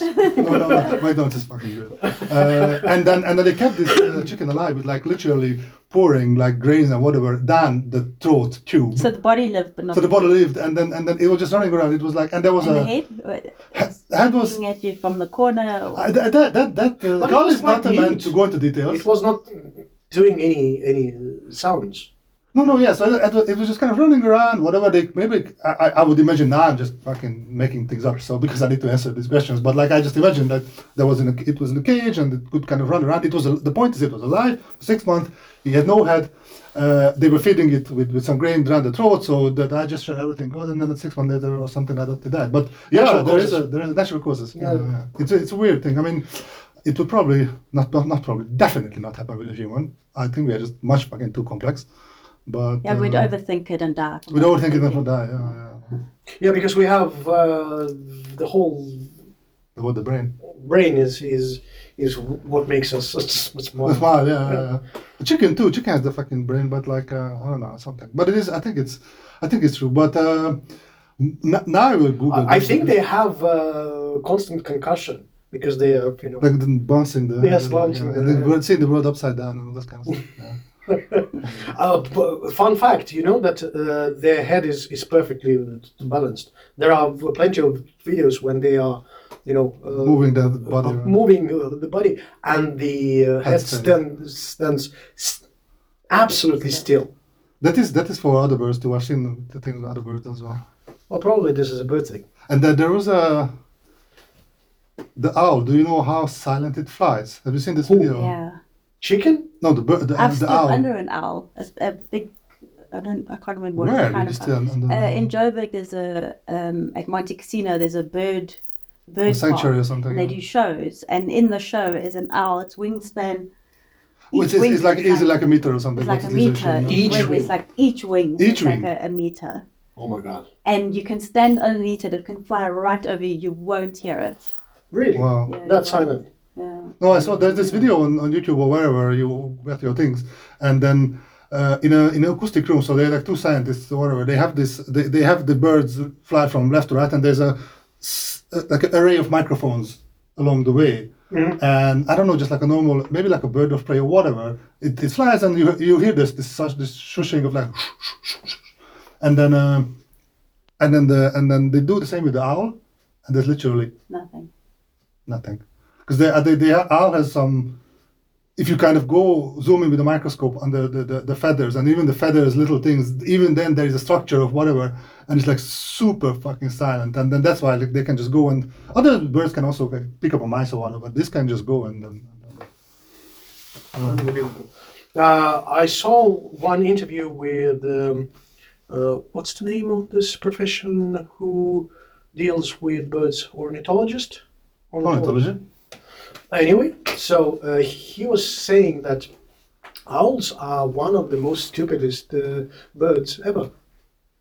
no, no, no, McDonald's is fucking good. Uh, and then and then they kept this uh, chicken alive with like literally pouring like grains and whatever down the throat tube.
So
So,
the body lived, but not
the body lived, and then and then it was just running around. It was like and there was
and the
a
head. uh,
head, head was.
Looking at you from the corner. or-
I, that that that, that uh,
But it
Carl
was
is not a
quite
man
neat.
to go into details.
It was not doing any any uh, sounds.
No, no, yeah. So it, it- it was just kind of running around, whatever they maybe I, I I would imagine now I'm just fucking making things up. So because I need to answer these questions, but like I just imagined that there was in a, it was in a cage and it could kind of run around. It was a, the point is it was alive for six months. He had no head. Uh, they were feeding it with, with some grain down the throat, so the digestion everything goes, and then at six months later or something like that they died. But yeah,
Natural
there is
causes.
a there is a natural causes. Yeah,
Yeah.
yeah. It's a, it's a weird thing. I mean, it would probably not not, not probably definitely not happen with a human. I think we are just much fucking too complex. But
yeah, we'd
uh,
overthink it and die.
we don't think it will die. Yeah, yeah.
Yeah, because we have uh, the whole
About the brain.
brain is is is what makes us such small.
That's wild. Yeah, yeah. yeah. The chicken too. Chicken has the fucking brain, but like uh, I don't know something. But it is. I think it's. I think it's true. But uh, n- now I will Google.
I I
this
think
because-
they have uh, constant concussion because they are you know.
like the bouncing the.
Yes, bouncing
Yeah,
the-
and then we're seeing the world upside down and all that kind of stuff. Yeah.
Uh, b- fun fact, you know that uh, their head is, is perfectly balanced. There are plenty of videos when they are, you know, uh,
Moving the body.
uh,
around.
moving uh, the body, and the uh, head
Head stand.
stands stands s- absolutely still.
That is that is for other birds too. I've seen the thing with other birds as well.
Well, probably this is a bird thing.
And then there was a the owl. Do you know how silent it flies? Have you seen this
Who?
video?
Yeah.
Chicken?
No, the bird. The,
I've
the
stood
owl.
under an owl. A, a big, I don't, I can't remember what
Where
kind
did you
of
stay
owl.
under?
Uh, in Joburg, there's a um, at Monte Casino. There's a bird,
a
bird
sanctuary
park,
or something.
and they do shows. And in the show is an owl. Its wingspan.
Oh, it's,
each
it's,
wing
it's like
is
is it like a meter or something?
it's like a
What is it?
meter.
Each
wing
wing.
is like each wing.
Each
is
wing.
like a, a meter,
Oh my god!
and you can stand underneath it. It can fly right over you. You won't hear it.
Really?
Wow.
Yeah,
That's
yeah.
silent.
Yeah.
No, I saw there's this video on, on YouTube or wherever you get your things, and then uh, in a in an acoustic room. So they're like two scientists or whatever. They have this. They, they have the birds fly from left to right, and there's a s- uh, like an array of microphones along the way. And I don't know, just like a normal, maybe like a bird of prey or whatever. It, it flies, and you you hear this this such this shushing of like, and then uh, and then the and then they do the same with the owl, and there's literally
Nothing.
nothing because they, they, they owl has uh, some if you kind of go zoom in with a microscope under the, the, the feathers and even the feathers little things even then there is a structure of whatever and it's like super fucking silent and then that's why like, they can just go and other birds can also like, pick up a mice or whatever but this can just go and, um, and, Oh.
Unbelievable. Uh, I saw one interview with um, uh, what's the name of this profession who deals with birds? Ornithologist.
ornithology
Anyway, so uh, he was saying that owls are one of the most stupidest uh, birds ever.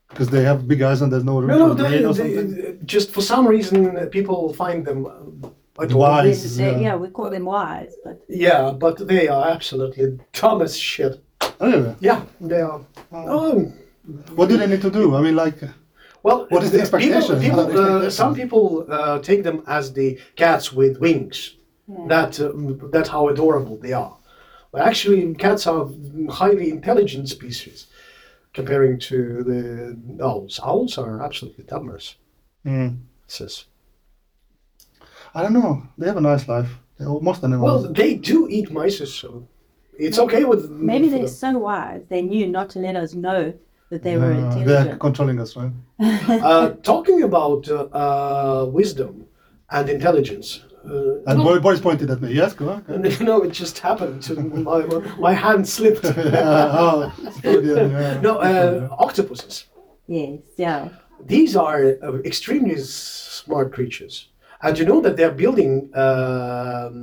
because they have big eyes and there's no room
No, no,
for a
they,
brain or something.
they, just for some reason uh, people find them. uh, adorable.
Wise.
They-
This is,
they-
uh,
yeah, we call them wise, but
Yeah, but they are absolutely dumb as shit.
Anyway,
Yeah, they are. Oh,
Oh, what do they need to do i mean like
Well,
What is the
uh,
expectation?
People,
What
people,
are the
uh, some
expectations?
people uh, take them as the cats with wings. That um, that how adorable they are. But actually, cats are highly intelligent species, comparing to the owls. Owls are absolutely dumbers.
Hmm.
says.
i don't know they have a nice life They- most
Well,
animals
they do eat mice, so it's okay with
maybe
for
they're
them.
so wise they knew not to let us know that they were
Yeah, Uh, they're
intelligent.
controlling us right
Uh, talking about uh, uh, wisdom and intelligence. Uh,
and
no,
Boris boris pointed at me yes go on go on.
And, you know, it just happened. To my, my- my hand slipped.
oh, it's probably, yeah.
no, uh, octopuses.
Yes, yeah.
These are uh, extremely s- smart creatures. And you know that they're building um,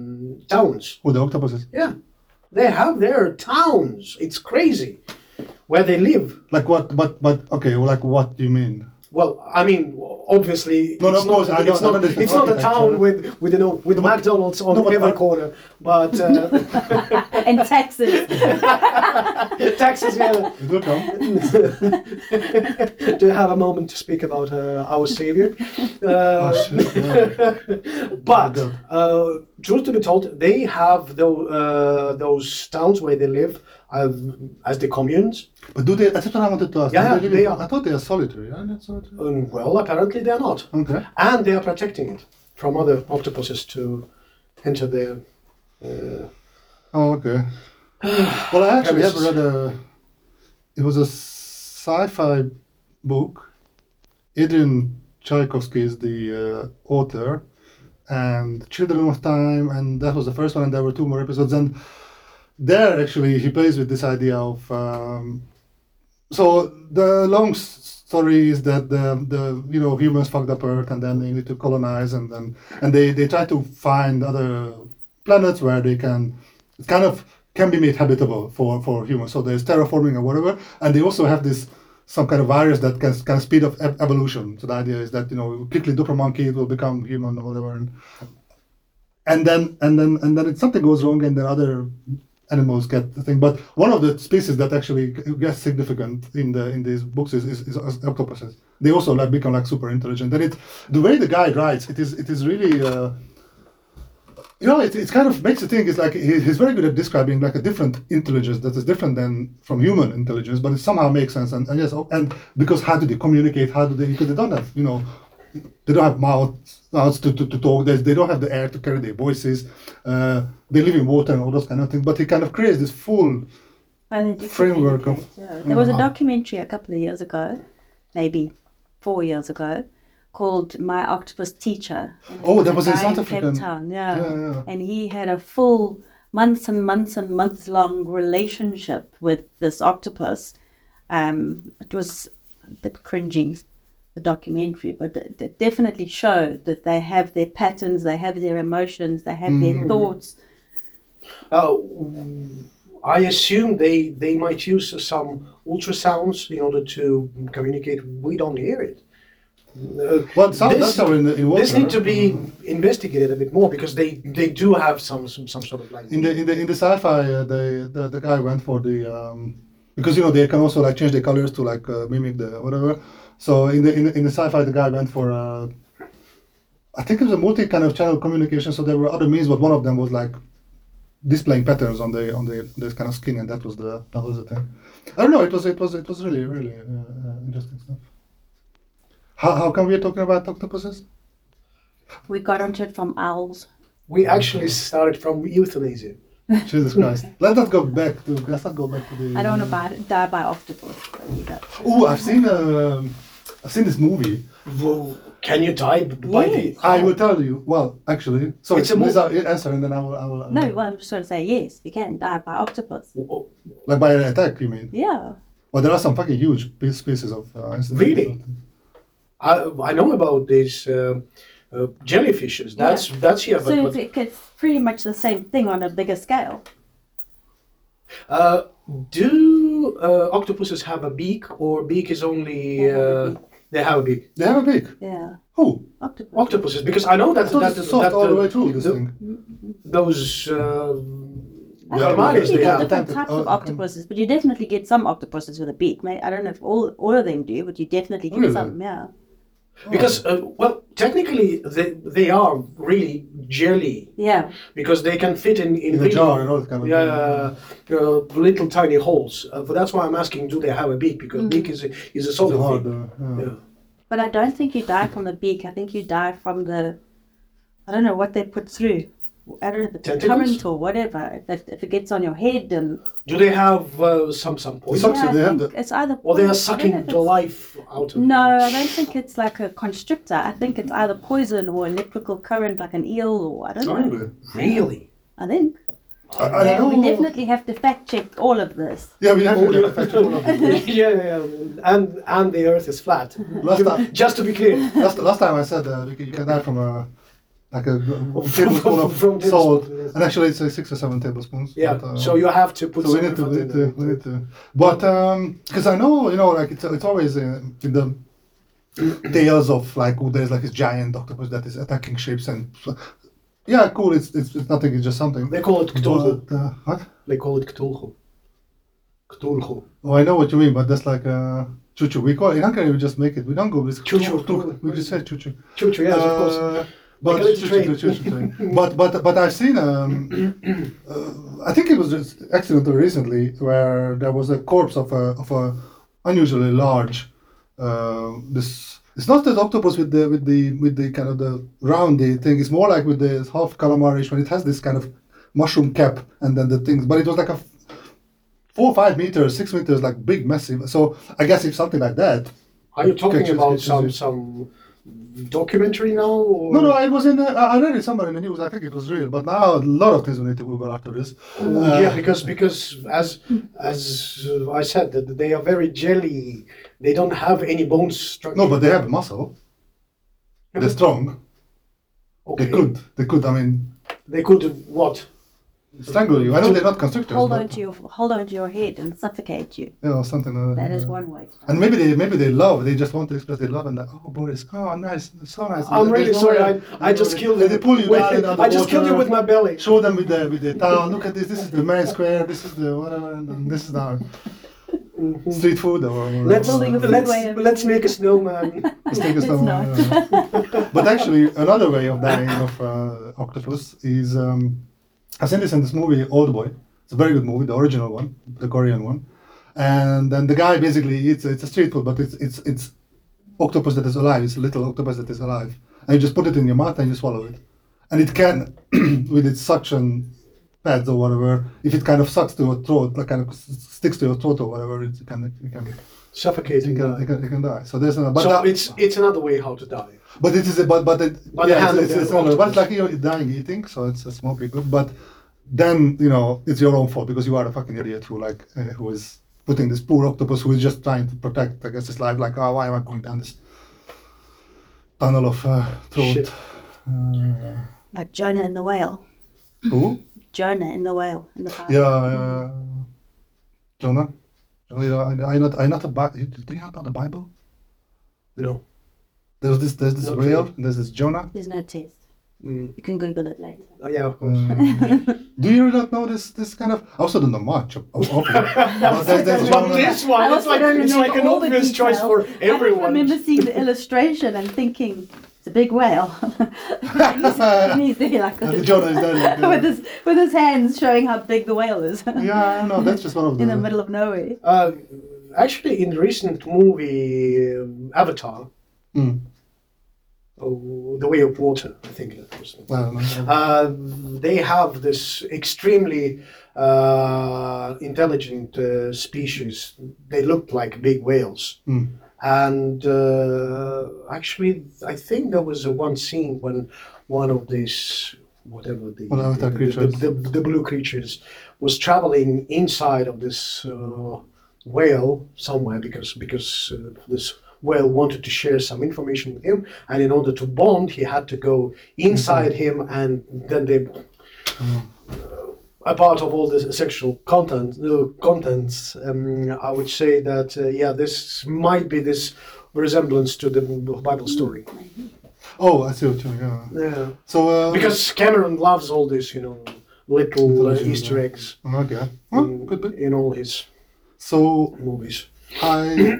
towns.
Who Oh, the octopuses?
Yeah. They have their towns. It's crazy where they live.
Like what? But but okay. well, Like what do you mean?
Well, I mean, obviously,
No, no,
it's
of course,
not,
I know-
it's
I know
not,
the
it's not a town
architecture.
with, with you know, with McDonald's on
no, but
every
I-
corner, but uh,
And taxes.
taxis. Yeah.
It will come.
to have a moment to speak about uh, our savior. Uh,
Oh, shit, yeah.
but uh, truth to be told, they have tho- uh, those towns where they live uh, as the communes.
But do they? That's what I wanted to ask. Do
Yeah,
really-
they are.
I thought they are solitary. Aren't they solitary?
Um, well, apparently they're not,
Okay.
and they are protecting it from other octopuses to enter their. Uh,
Oh, okay. Well, I actually have
Premises.
read a. It was a sci-fi book. Adrian Tchaikovsky is the uh, author, and Children of Time, and that was the first one, and there were two more episodes. And there, actually, he plays with this idea of. Um, so the long s- story is that the the you know humans fucked up Earth, and then they need to colonize, and then and they they try to find other planets where they can it kind of can be made habitable for, for humans. So there's terraforming or whatever, and they also have this some kind of virus that can can speed up ev- evolution. So the idea is that you know quickly dopamine monkey it will become human or whatever, and and then and then and then it, something goes wrong and then other animals get the thing. But one of the species that actually g- gets significant in the in these books is, is, is octopuses. They also like become like super intelligent. And it the way the guy writes it is it is really. Uh, you know, it, it kind of makes you think it's like he, he's very good at describing like a different intelligence that is different than from human intelligence, but it somehow makes sense. And, and yes, oh, and because how do they communicate? How do they, because they don't have, you know, they don't have mouths, mouths to, to, to talk, they, they don't have the air to carry their voices, uh, they live in water and all those kind of things, but he kind of creates this full,
Well, they do
Framework of-
communicate, yeah. There was
Mm-hmm.
a documentary a couple of years ago, maybe four years ago, called My Octopus Teacher. And
Oh,
it's
that
a
was in
guy
South
Cape
African-
Town, yeah.
Yeah, yeah.
And he had a full months and months and months long relationship with this octopus. Um, it was a bit cringing, the documentary, but it, it definitely showed that they have their patterns, they have their emotions, they have
Mm.
their thoughts.
uh, I assume they, they might use some ultrasounds in order to communicate. We don't hear it. Uh,
well, some,
This-
that's how in, the- in water.
This need to be investigated a bit more because they, they do have some some, some sort of like
in the in the in the sci-fi uh, the, the the guy went for the um because you know they can also like change the colors to like uh, mimic the whatever so in the in the, in the sci-fi the guy went for uh i think it was a multi kind of channel communication so there were other means but one of them was like displaying patterns on the on the this kind of skin and that was the that was the thing i don't know it was it was it was really really uh, uh, interesting stuff how, how come we're talking about octopuses
We got onto it from owls.
we actually started from euthanasia.
Jesus Christ. Let's not go back to. Let's not go back to the.
I don't want to buy, die by afterbirth. but you don't.
Oh, I've seen. Um, I've seen this movie.
Well, can you die b- by the?
I will tell you. Well, actually, sorry.
Oh. It's a
please
movie.
a- answer, and then I will. I will
No, well, I'm just going to say yes. You can die by octopus.
Like by an attack, you mean?
Yeah.
Well, there are some fucking huge piece, pieces of. Uh, incidental-
Really? I, I know about these uh, uh, jellyfishes. That's that's yeah,
so
but,
it's, it's pretty much the same thing on a bigger scale.
but uh, do uh, octopuses have a beak, or beak is only uh, they have a beak?
They have a beak.
Yeah.
Who?
Octopus.
Octopuses, because I know
I
that
thought
that,
it's soft
that,
all the
uh,
way through. This
the-
thing.
those uh,
I
Yeah,
think
well,
calamaris
it's
you've
they
got
yeah.
have.
Type
different
of-
types
oh,
of
okay.
octopuses, but you definitely get some octopuses with a beak, mate. I don't know if all all of them do, but you definitely get
Really?
some. Yeah.
Oh.
Because uh, well, technically they they are really jelly
Yeah.
because they can fit in in,
In a
really-
jar and all that kind of
yeah, uh, uh, little tiny holes. Uh, but that's why I'm asking, do they have a beak?
Mm.
Because beak is a, is a
thing.
solid
It's hard.
thing.
Uh, yeah.
Yeah.
But I don't think you die from the beak. I think you die from the, I don't know what they put through. I don't know if it's a
Tentacles?
current or whatever. If, if it gets on your head and
Do they have uh, some some
It's
poison?
sucks
Yeah,
at the
I
end.
think It's either
Or they are
poison- I don't
sucking
know if
the
it's-
life out of
No, I don't think it's like a constrictor. I think it's either poison or electrical current, like an eel, or I don't
Oh,
know.
Really?
Really?
I think
I, I
Yeah,
don't
we
know.
definitely have to fact check all of this.
Yeah, we have
Oh,
to affect all of
yeah,
them.
yeah, yeah. and and the Earth is flat.
Last time,
Just to be clear,
last, last time I said uh, you, can, you can die from a like a tablespoon
from
of
tablespoon,
salt,
yes.
and actually it's like six or seven tablespoons.
yeah.
but, uh,
so you have to put.
so we
some
need to,
effort
we
in
need to,
it.
we need to. But um, because I know, you know, like it's, it's always in, in the tales of like oh, there's like this giant octopus that is attacking ships and yeah, cool. It's it's, it's nothing. It's just something.
They call it Cthulhu.
But, uh, what?
They call it Cthulhu. Cthulhu.
Oh, I know what you mean, but that's like uh, chuchu. We call in Hungary we just make it. We don't go with
Chuchu.
We just say chuchu.
Chuchu, yes, of course.
Uh, But,
Because it's a train.
but but but I've seen um, uh, I think it was just accidentally recently where there was a corpse of a of a unusually large uh, this it's not that octopus with the with the with the kind of the roundy thing it's more like with the half calamarish when it has this kind of mushroom cap and then the things but it was like a f- four five meters six meters like big massive so I guess if something like that
Are you talking
Sketches,
about
sketches,
some
yes.
some documentary now? Or?
No, no, it was in. Uh, I I read it somewhere in the news. I think it was real, but now a lot of things we need to Google after this. Uh,
yeah, because because as as uh, I said, that they are very jelly. They don't have any bone structure.
No, but they have muscle. They're strong.
okay.
They could. They could. I mean,
They could what?
strangle you. I know they're not constrictors.
Hold
but,
on to your hold on to your head and suffocate you.
You know, something. Uh,
That is
uh,
one way.
And maybe they maybe they love. They just want to express their love and like, oh, Boris, oh, nice, so nice.
I'm
There's
really
no
sorry. I,
way-
I just killed
They,
you.
they pull you
with-
down. in
I just killed you
underwater.
with my belly.
Show them with the with the towel. Look at this. This is the main square. This is the whatever. And and this is our street food or. or-
Mm. Let's
or-
Building a
let's
way of-
let's make a snowman.
Let's take a
It's
stone,
not.
yeah. but actually, another way of dying of uh, octopus is um, I've seen this in this movie, Old Boy. It's a very good movie, the original one, the Korean one. And then the guy basically eats it's a street food, but it's it's it's octopus that is alive. It's a little octopus that is alive, and you just put it in your mouth and you swallow it, and it can with its suction pads or whatever. If it kind of sucks to your throat, like kind of s- s- sticks to your throat or whatever, it can it can
Suffocating.
it can, it can, it can die. So there's another.
so
that-
it's it's another way how to die.
but it is a, but but it,
But
yeah,
the
it's, it's,
hand
it's
of the
not, but like you're dying eating, so it's it's not big good. But then you know it's your own fault because you are a fucking idiot who like uh, who is putting this poor octopus who is just trying to protect I guess his life. Like, oh, why am I going down this tunnel of uh, throat?
Shit.
Like Jonah and the whale.
Who?
Jonah and the whale in the Bible.
Yeah, uh, Jonah. Jonah, you know, I, I not I not a Bi- do you know about the Bible?
No.
There's this there's this
Not
whale,
really.
there's this Jonah.
There's no test.
Mm.
You can Google it later.
Oh, yeah, of course.
Uh, do you not know this this kind of? I also don't know much of, of, of it. But there's- there's
But
one-
this one, it's
also
like,
don't
it's like
remember
an
all the
obvious choice
details.
for
I
everyone.
remember seeing the illustration and thinking, it's a big whale. and he's, and he's there like
And the
this,
Jonah is there. Like, uh,
with, his, with his hands showing how big the whale is
yeah, I know. That's just one of the.
in the middle of nowhere.
Uh,
Hmm,
actually, in the recent movie um, Avatar,
Mm.
oh, The Way of Water, I think that was.
I don't know.
Uh, they have this extremely uh, intelligent uh, species. They look like big whales.
Hmm.
And uh, actually, I think there was a one scene when one of these, whatever the,
One of the
the,
creatures.
the, the- the blue creatures, was traveling inside of this uh, whale somewhere because because uh, this whale wanted to share some information with him, and in order to bond, he had to go inside him, and then they. A part of all the sexual content, uh, contents, um, I would say that uh, yeah, this might be this resemblance to the Bible story.
Oh, I see what you mean. Yeah.
Yeah,
So uh,
because Cameron loves all this, you know, little uh,
Intelligent,
Easter
yeah.
eggs
oh, okay, well,
in-
could be.
in all his
So
movies.
I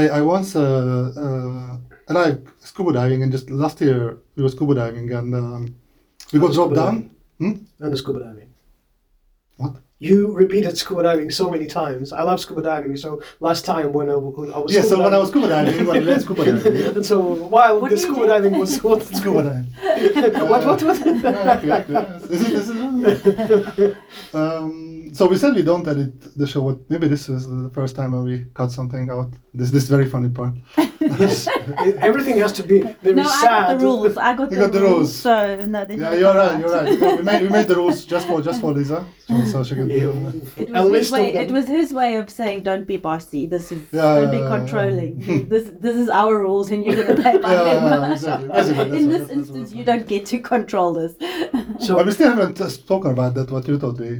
I I once uh, uh, and I scuba diving and just last year we were scuba diving and um, we got dropped
Scuba
down.
and the scuba diving.
What?
You repeated scuba diving so many times. I love scuba diving. So last time when I, when I was
Yeah,
scuba
so when I was scuba diving, we were let's scuba diving. yeah.
diving. so while
What
the
do you
scuba
do?
diving was what
Scuba diving.
what what what?
Yeah, yeah, yeah. This is- this is- um, so we said we don't edit the show. What maybe this is the first time when we cut something out. This this very funny part.
yes, everything has to be very
No, I
sad.
got the rules. I got,
You
the,
got the
rules,
rules.
So no, they
Yeah,
didn't
you're
come
right.
out.
You're right. We- We made we made the rules just for just for Lisa, so, so she could.
Yeah.
It
A
was, his
list of
way,
them.
it was his way of saying, "Don't be bossy. This is
Yeah,
don't be
yeah, yeah,
controlling. this this is our rules, and you're gonna play by
Yeah,
them."
yeah, yeah, exactly. Basically, that's
In
what-
this
that's what
instance,
it
you
is.
don't get to control this.
So
But we still haven't uh, spoken about that. What you thought we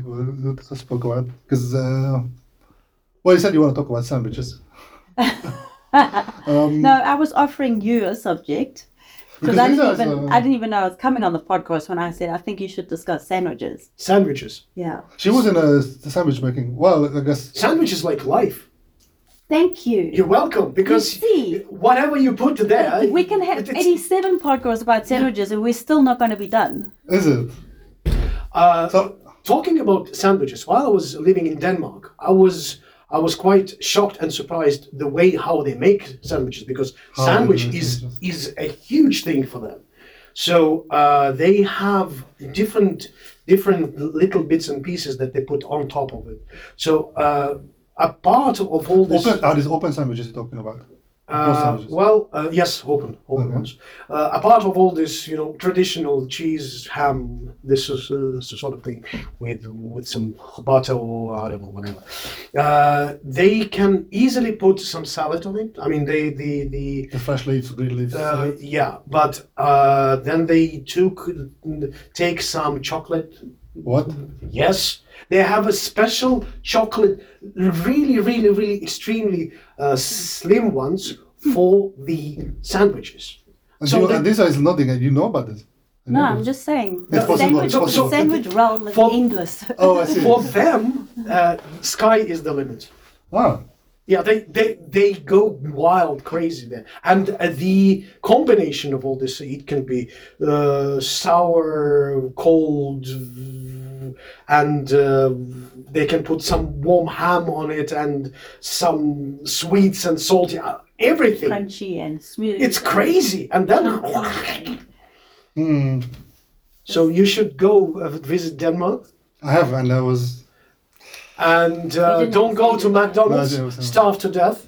would spoke about because. Uh, well, you said you want to talk about sandwiches. um,
no, I was offering you a subject because I
Because
didn't
these are
even
the-
I didn't even know I was coming on the podcast when I said I think you should discuss sandwiches.
sandwiches.
Yeah,
She was in a sandwich making. Well, I guess.
Sandwich is like life.
thank you.
You're welcome because
You see.
whatever you put there,
We can have
it- it's-
87 podcasts about sandwiches, and we're still not going to be done.
Is it?
Uh,
So-
talking about sandwiches, while I was living in Denmark, I was I was quite shocked and surprised the way how they make sandwiches because
How they
sandwich
make
is
sandwiches.
is a huge thing for them. So uh, they have different different little bits and pieces that they put on top of it. So uh, a part of all this
Open, are these open sandwiches you're talking about? Those
uh,
sandwiches.
well, uh, yes, open, open
Okay.
ones. Uh, apart of all this, you know, traditional cheese, ham, this is uh, this sort of thing with with some butter or I don't know whatever. Uh, they can easily put some salad on it. I mean, they the the
The fresh leaves, green leaves.
uh, yeah, but uh, then they took take some chocolate
what?
Yes, they have a special chocolate, really, really, really extremely uh, slim ones for the sandwiches.
And,
So
you,
that-
and this is nothing. And you know about this. You
No,
know
I'm
this.
just saying.
It's
the
possible,
sandwich,
it's possible.
the sandwich realm is
For-
endless.
Oh, I see.
For them, uh, sky is the limit.
Ah,
Yeah, they, they, they go wild, crazy there. And uh, the combination of all this, it can be uh, sour, cold, and uh, they can put some warm ham on it and some sweets and salty, uh, everything.
Crunchy and smooth.
It's crazy. And then.
Hmm.
So you should go uh, visit Denmark.
I have, and I was
And
We
uh,
didn't
don't go to
see that.
McDonald's,
No, I didn't.
starve to death.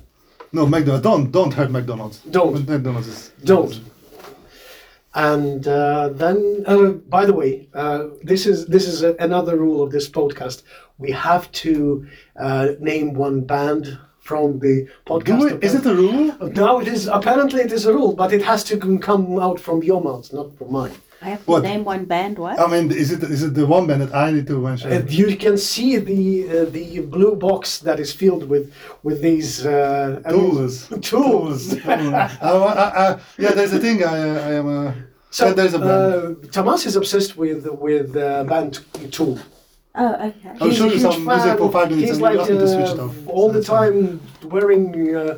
no McDonald's. Don't don't hurt McDonald's.
Don't.
McDonald's is
don't and uh, then uh, by the way uh, this is this is a, another rule of this podcast we have to uh, name one band from the podcast
Do it. Is it a rule?
no it is apparently it is a rule but it has to come out from your mouth not from mine
I have to
What?
name one band. What?
Um,
I mean, is it is it the one band that I need to mention?
And you can see the uh, the blue box that is filled with with these uh,
Tools.
tools
Tools. I- I- I- yeah, there's a thing. I, I am a.
so
yeah, there's a band.
uh, Tamas is obsessed with with uh, band Tool
Oh, okay.
I'll
He's
show
a
you
huge
some music for five minutes
He's
and
like
you ask me to switch it
uh,
off.
all the
That's fine.
time wearing, uh,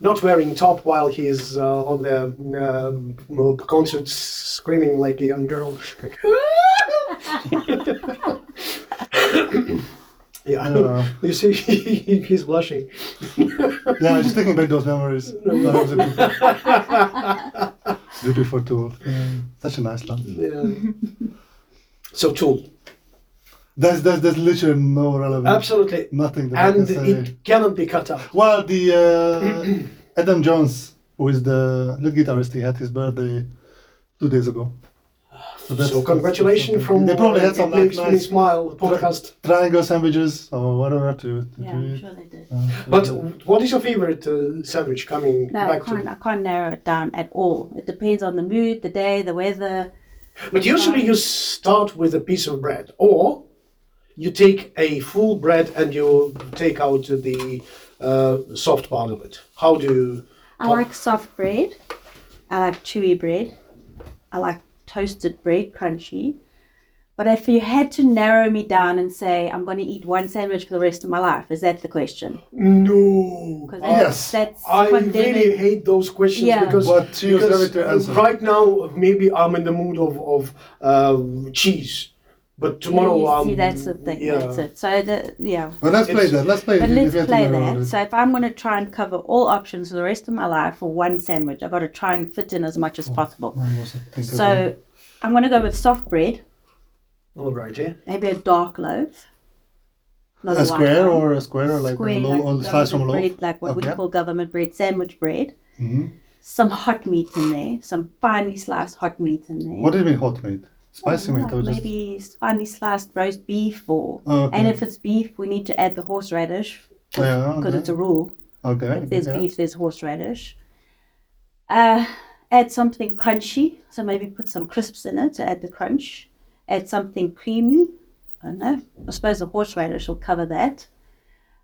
not wearing top while he's uh, on the um, uh, concert screaming like a young girl. yeah,
Yeah.
you see, he's blushing.
Yeah, I'm just thinking back those memories. That was a good- Beautiful tool. Such a nice land.
Yeah. so tool,
There's, there's, there's literally no relevance.
absolutely,
Nothing that I
and
can say.
it cannot be cut up.
Well, the uh, Adam Jones, who is the lead guitarist, he had his birthday two days ago. that's-
so congratulations
that's-
from uh,
They probably had
It
some like
makes me
nice
smile podcast.
triangle sandwiches or whatever to. to
Yeah,
do
I'm
it.
sure they did.
Uh,
But what is your favorite uh, sandwich coming
No, I
back
can't.
to?
I can't narrow it down at all. It depends on the mood, the day, the weather.
But usually you start with a piece of bread, or you take a full bread and you take out the uh, soft part of it. How do you?
I like soft bread. I like chewy bread. I like toasted bread, crunchy. But if you had to narrow me down and say I'm going to eat one sandwich for the rest of my life, is that the question?
No,
'Cause
I,
Yes.
that's, that's
I
condemning.
really hate those questions
Yeah.
because.
What she was
because
going to answer.
right now, maybe I'm in the mood of, of uh, cheese, but tomorrow
You
I'm.
see, that's the thing.
Yeah.
That's it. So the yeah.
Well, let's play
It's-
that. Let's play
But
it.
let's
If you have to
play
narrow
that.
it.
So if I'm going to try and cover all options for the rest of my life for one sandwich, I've got to try and fit in as much
Oh,
as possible.
I was thinking of that.
So I'm going to go with soft bread,
All right, eh? yeah.
maybe a dark loaf. Not
a
white
square
one.
or a square or like
square,
a low, or
like
slice from a loaf.
government bread, like what we
Okay.
call government bread, sandwich bread.
Mhm.
Some hot meat in there, some finely sliced hot meat in there.
What do you mean hot meat? Spicy meat
Like
or just
maybe finely sliced roast beef or
Oh, okay.
and if it's beef we need to add the horseradish
yeah,
because
okay.
it's a rule
okay.
if there's
okay.
beef there's horseradish uh, add something crunchy so maybe put some crisps in it to add the crunch add something creamy i don't know i suppose the horseradish will cover that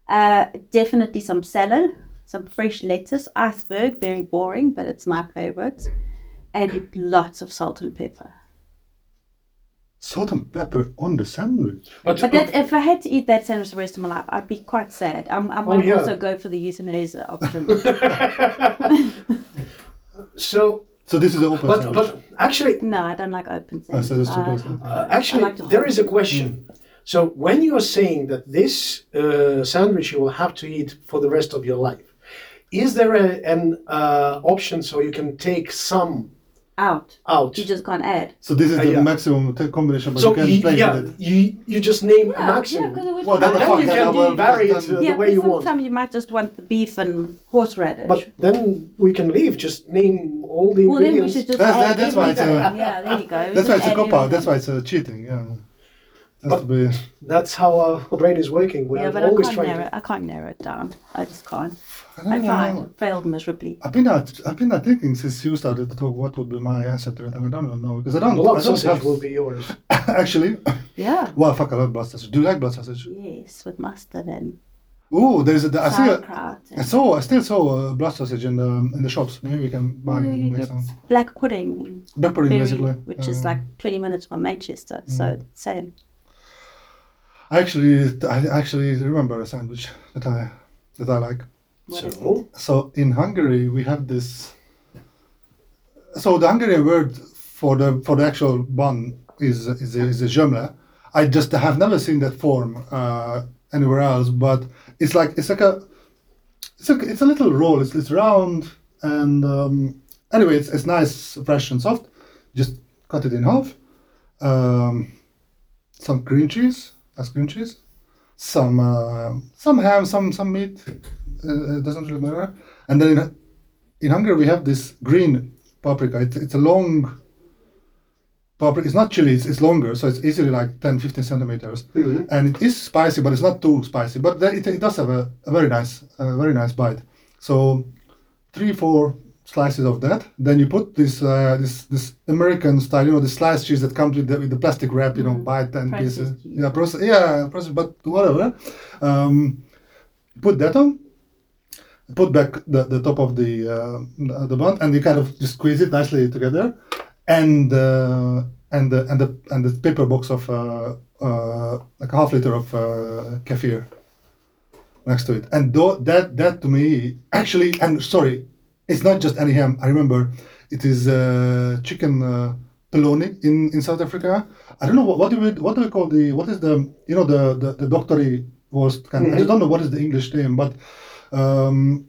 uh, definitely some salad some fresh lettuce iceberg very boring but it's my favorite and lots of salt and pepper
Salt and pepper on the sandwich.
But that, if I had to eat that sandwich the rest of my life, I'd be quite sad. I'm,
Oh,
I might
yeah.
also go for the euthanasia option.
so,
So this is an open
but,
sandwich.
but actually,
no, I don't like open
Oh,
sandwiches.
so there's two
I-
places.
Uh, actually,
I like the
there is a question. So, when you are saying that this uh, sandwich you will have to eat for the rest of your life, is there a, an uh, option so you can take some
out.
out?
You just can't add.
So this is
Uh,
the
yeah.
maximum t- combination, but
so,
you can
you,
play
yeah,
with it.
you, you just name a maximum.
Well, then
And
the
then
fuck,
you
then
can
I will-
vary it
then-
the
yeah,
way you
but
want.
sometimes you might just want the beef and horseradish.
But then we can leave, just name all the
well, then we
ingredients.
should just
That's-
add
that's why it's a-
everything. Yeah, there you go. We
That's why
just
it's a
add
cop out.
everything.
That's why it's a cheating. Yeah. Has to be.
That's how our brain is working. We
Yeah,
are
but I
always
can't,
trying
narrow,
to.
I can't narrow it down. I just can't.
I
I
don't know.
tried. Failed miserably.
I've been out, I've been out thinking since you started to talk. What would be my answer to it? I don't know because I don't.
Blood
I don't
sausage
have,
will be yours.
actually.
Yeah.
Well, fuck, I love blood sausage. Do you like blood sausage?
Yes, with mustard and
Oh, there's a. I see. A,
sauerkraut.
I
And
saw. I still saw uh, blood sausage in the in the shops. Maybe we can buy and make some.
Mm. black pudding.
Black pudding,
Bury,
basically.
which is
Uh, mm.
like 20 minutes from Manchester. So same.
I actually, I actually remember a sandwich that I that I like.
What is
So, oh,
So in Hungary we have this. So the Hungarian word for the for the actual bun is is is a zsömle. I just have never seen that form uh, anywhere else, but it's like it's like a it's a it's a little roll. It's it's round and um, anyway, it's it's nice, fresh and soft. Just cut it in half. Um, some green cheese, as green cheese, some uh, some ham, some some meat. Uh, it doesn't really matter. And then in, in Hungary we have this green paprika. It's it's a long paprika. It's not chili. It's, it's longer, so it's easily like 10, 15 centimeters
Mhm.
and it is spicy, but it's not too spicy. But then it, it does have a, a very nice, a very nice bite. So three, four slices of that. Then you put this uh, this this American style, you know, the sliced cheese that comes with the, with the plastic wrap, you know, by ten
Mm-hmm. Processed
pieces.
cheese.
Yeah, process. Yeah, process. But whatever. Um, put that on. Put back the, the top of the uh, the- the bun, and you kind of just squeeze it nicely together, and uh, and the and the and the paper box of uh, uh, like a half liter of uh, kefir next to it. And though that that to me actually and sorry, it's not just any ham. I remember it is uh, chicken uh, peloni in, in South Africa. I don't know what, what do we what do we call the what is the you know the the, the doctory was kind of, I
Mhm.
don't know what is the English name, but um,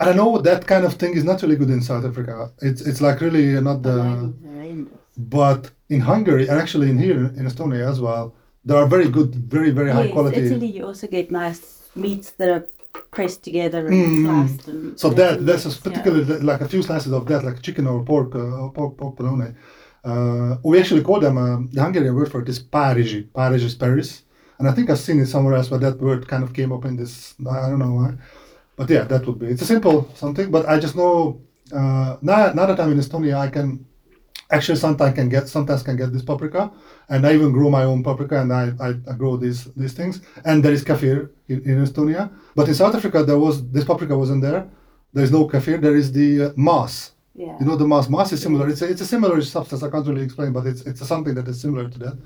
I don't know. That kind of thing is not really good in South Africa. It's it's like really not the. But in Hungary and actually in here in Estonia as well, there are very good, very very high
Yes,
quality.
Italy, you also get nice meats that are pressed together and
Mm.
sliced. And
So that that's just
Yeah.
particularly li- like a few slices of that, like chicken or pork, uh, pork, pork bologna. Uh, we actually call them um, the Hungarian word for it is Parisi. Parisi is Paris, and I think I've seen it somewhere else where that word kind of came up in this. I don't know why, but yeah, that would be. It's a simple something, but I just know uh, now. Now that I'm in Estonia, I can actually sometimes can get sometimes can get this paprika, and I even grow my own paprika, and I, I, I grow these these things. And there is kaffir in, in Estonia, but in South Africa there was this paprika wasn't there. There is no kaffir. There is the uh, mass.
yeah.
You know the mass. Mass is similar. It's a, it's a similar substance. I can't really explain, but it's it's something that is similar to that.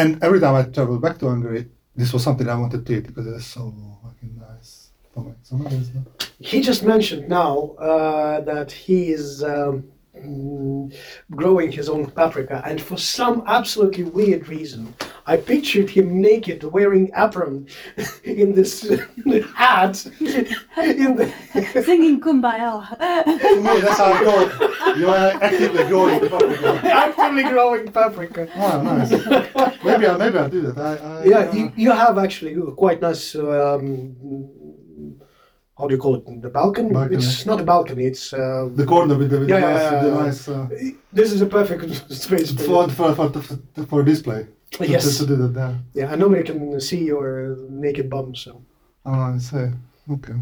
And every time I travel back to Hungary, this was something I wanted to eat because it's so fucking nice. Oh my- some of it is not-
He just mentioned now uh, that he is um, mm, growing his own paprika, and for some absolutely weird reason, I pictured him naked wearing apron in this hat. in the,
Singing Kumbaya.
To me, that's how I know you are actively growing the paprika.
actively growing paprika.
Oh, nice. maybe I maybe I do that. I, I
Yeah,
uh,
you, you have actually quite nice. Um, how do you call it? The balcony?
Balcony.
It's not a balcony. It's uh,
the corner with the, with
Yeah,
the
yeah,
nice,
yeah,
the
yeah.
nice uh,
this is a perfect space
for, for, for, for, for display. To-
Yes.
To, to do that there.
Yeah, and nobody can see your naked bum. So
Oh, I see. Okay.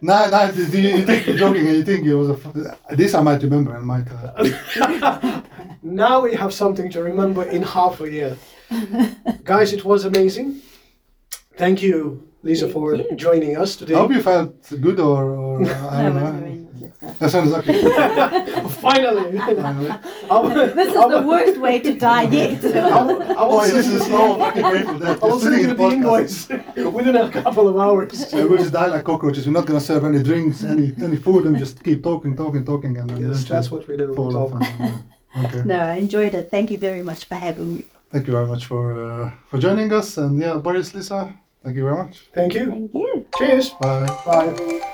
No, no, do do you, you think you're joking and you think it was a. f- This I might remember and might. Uh,
now we have something to remember in half a year, guys. It was amazing. Thank you, Lisa,
Thank
for
you.
joining us
I
today.
hope you felt good or. or uh, I
No,
don't
no,
know.
no, no, no.
That sounds like.
Finally, Our-
This is the
our-
worst way to die yet.
our-
Oh,
our-
this is so fucking grateful that
I
you're
was
sitting
looking
in the
at the
podcast.
invoice within a couple of hours.
And we'll just die like cockroaches. We're not gonna serve any drinks, any any food, and just keep talking, talking, talking, and then
Yes,
eventually
that's what we do. We
fall off.
talk.
and- uh, Okay.
No, I enjoyed it. Thank you very much for having me.
Thank you very much for uh, for joining us, and yeah, Boris, Lisa, thank you very much.
Thank you.
Thank you.
Cheers.
Bye.
Bye.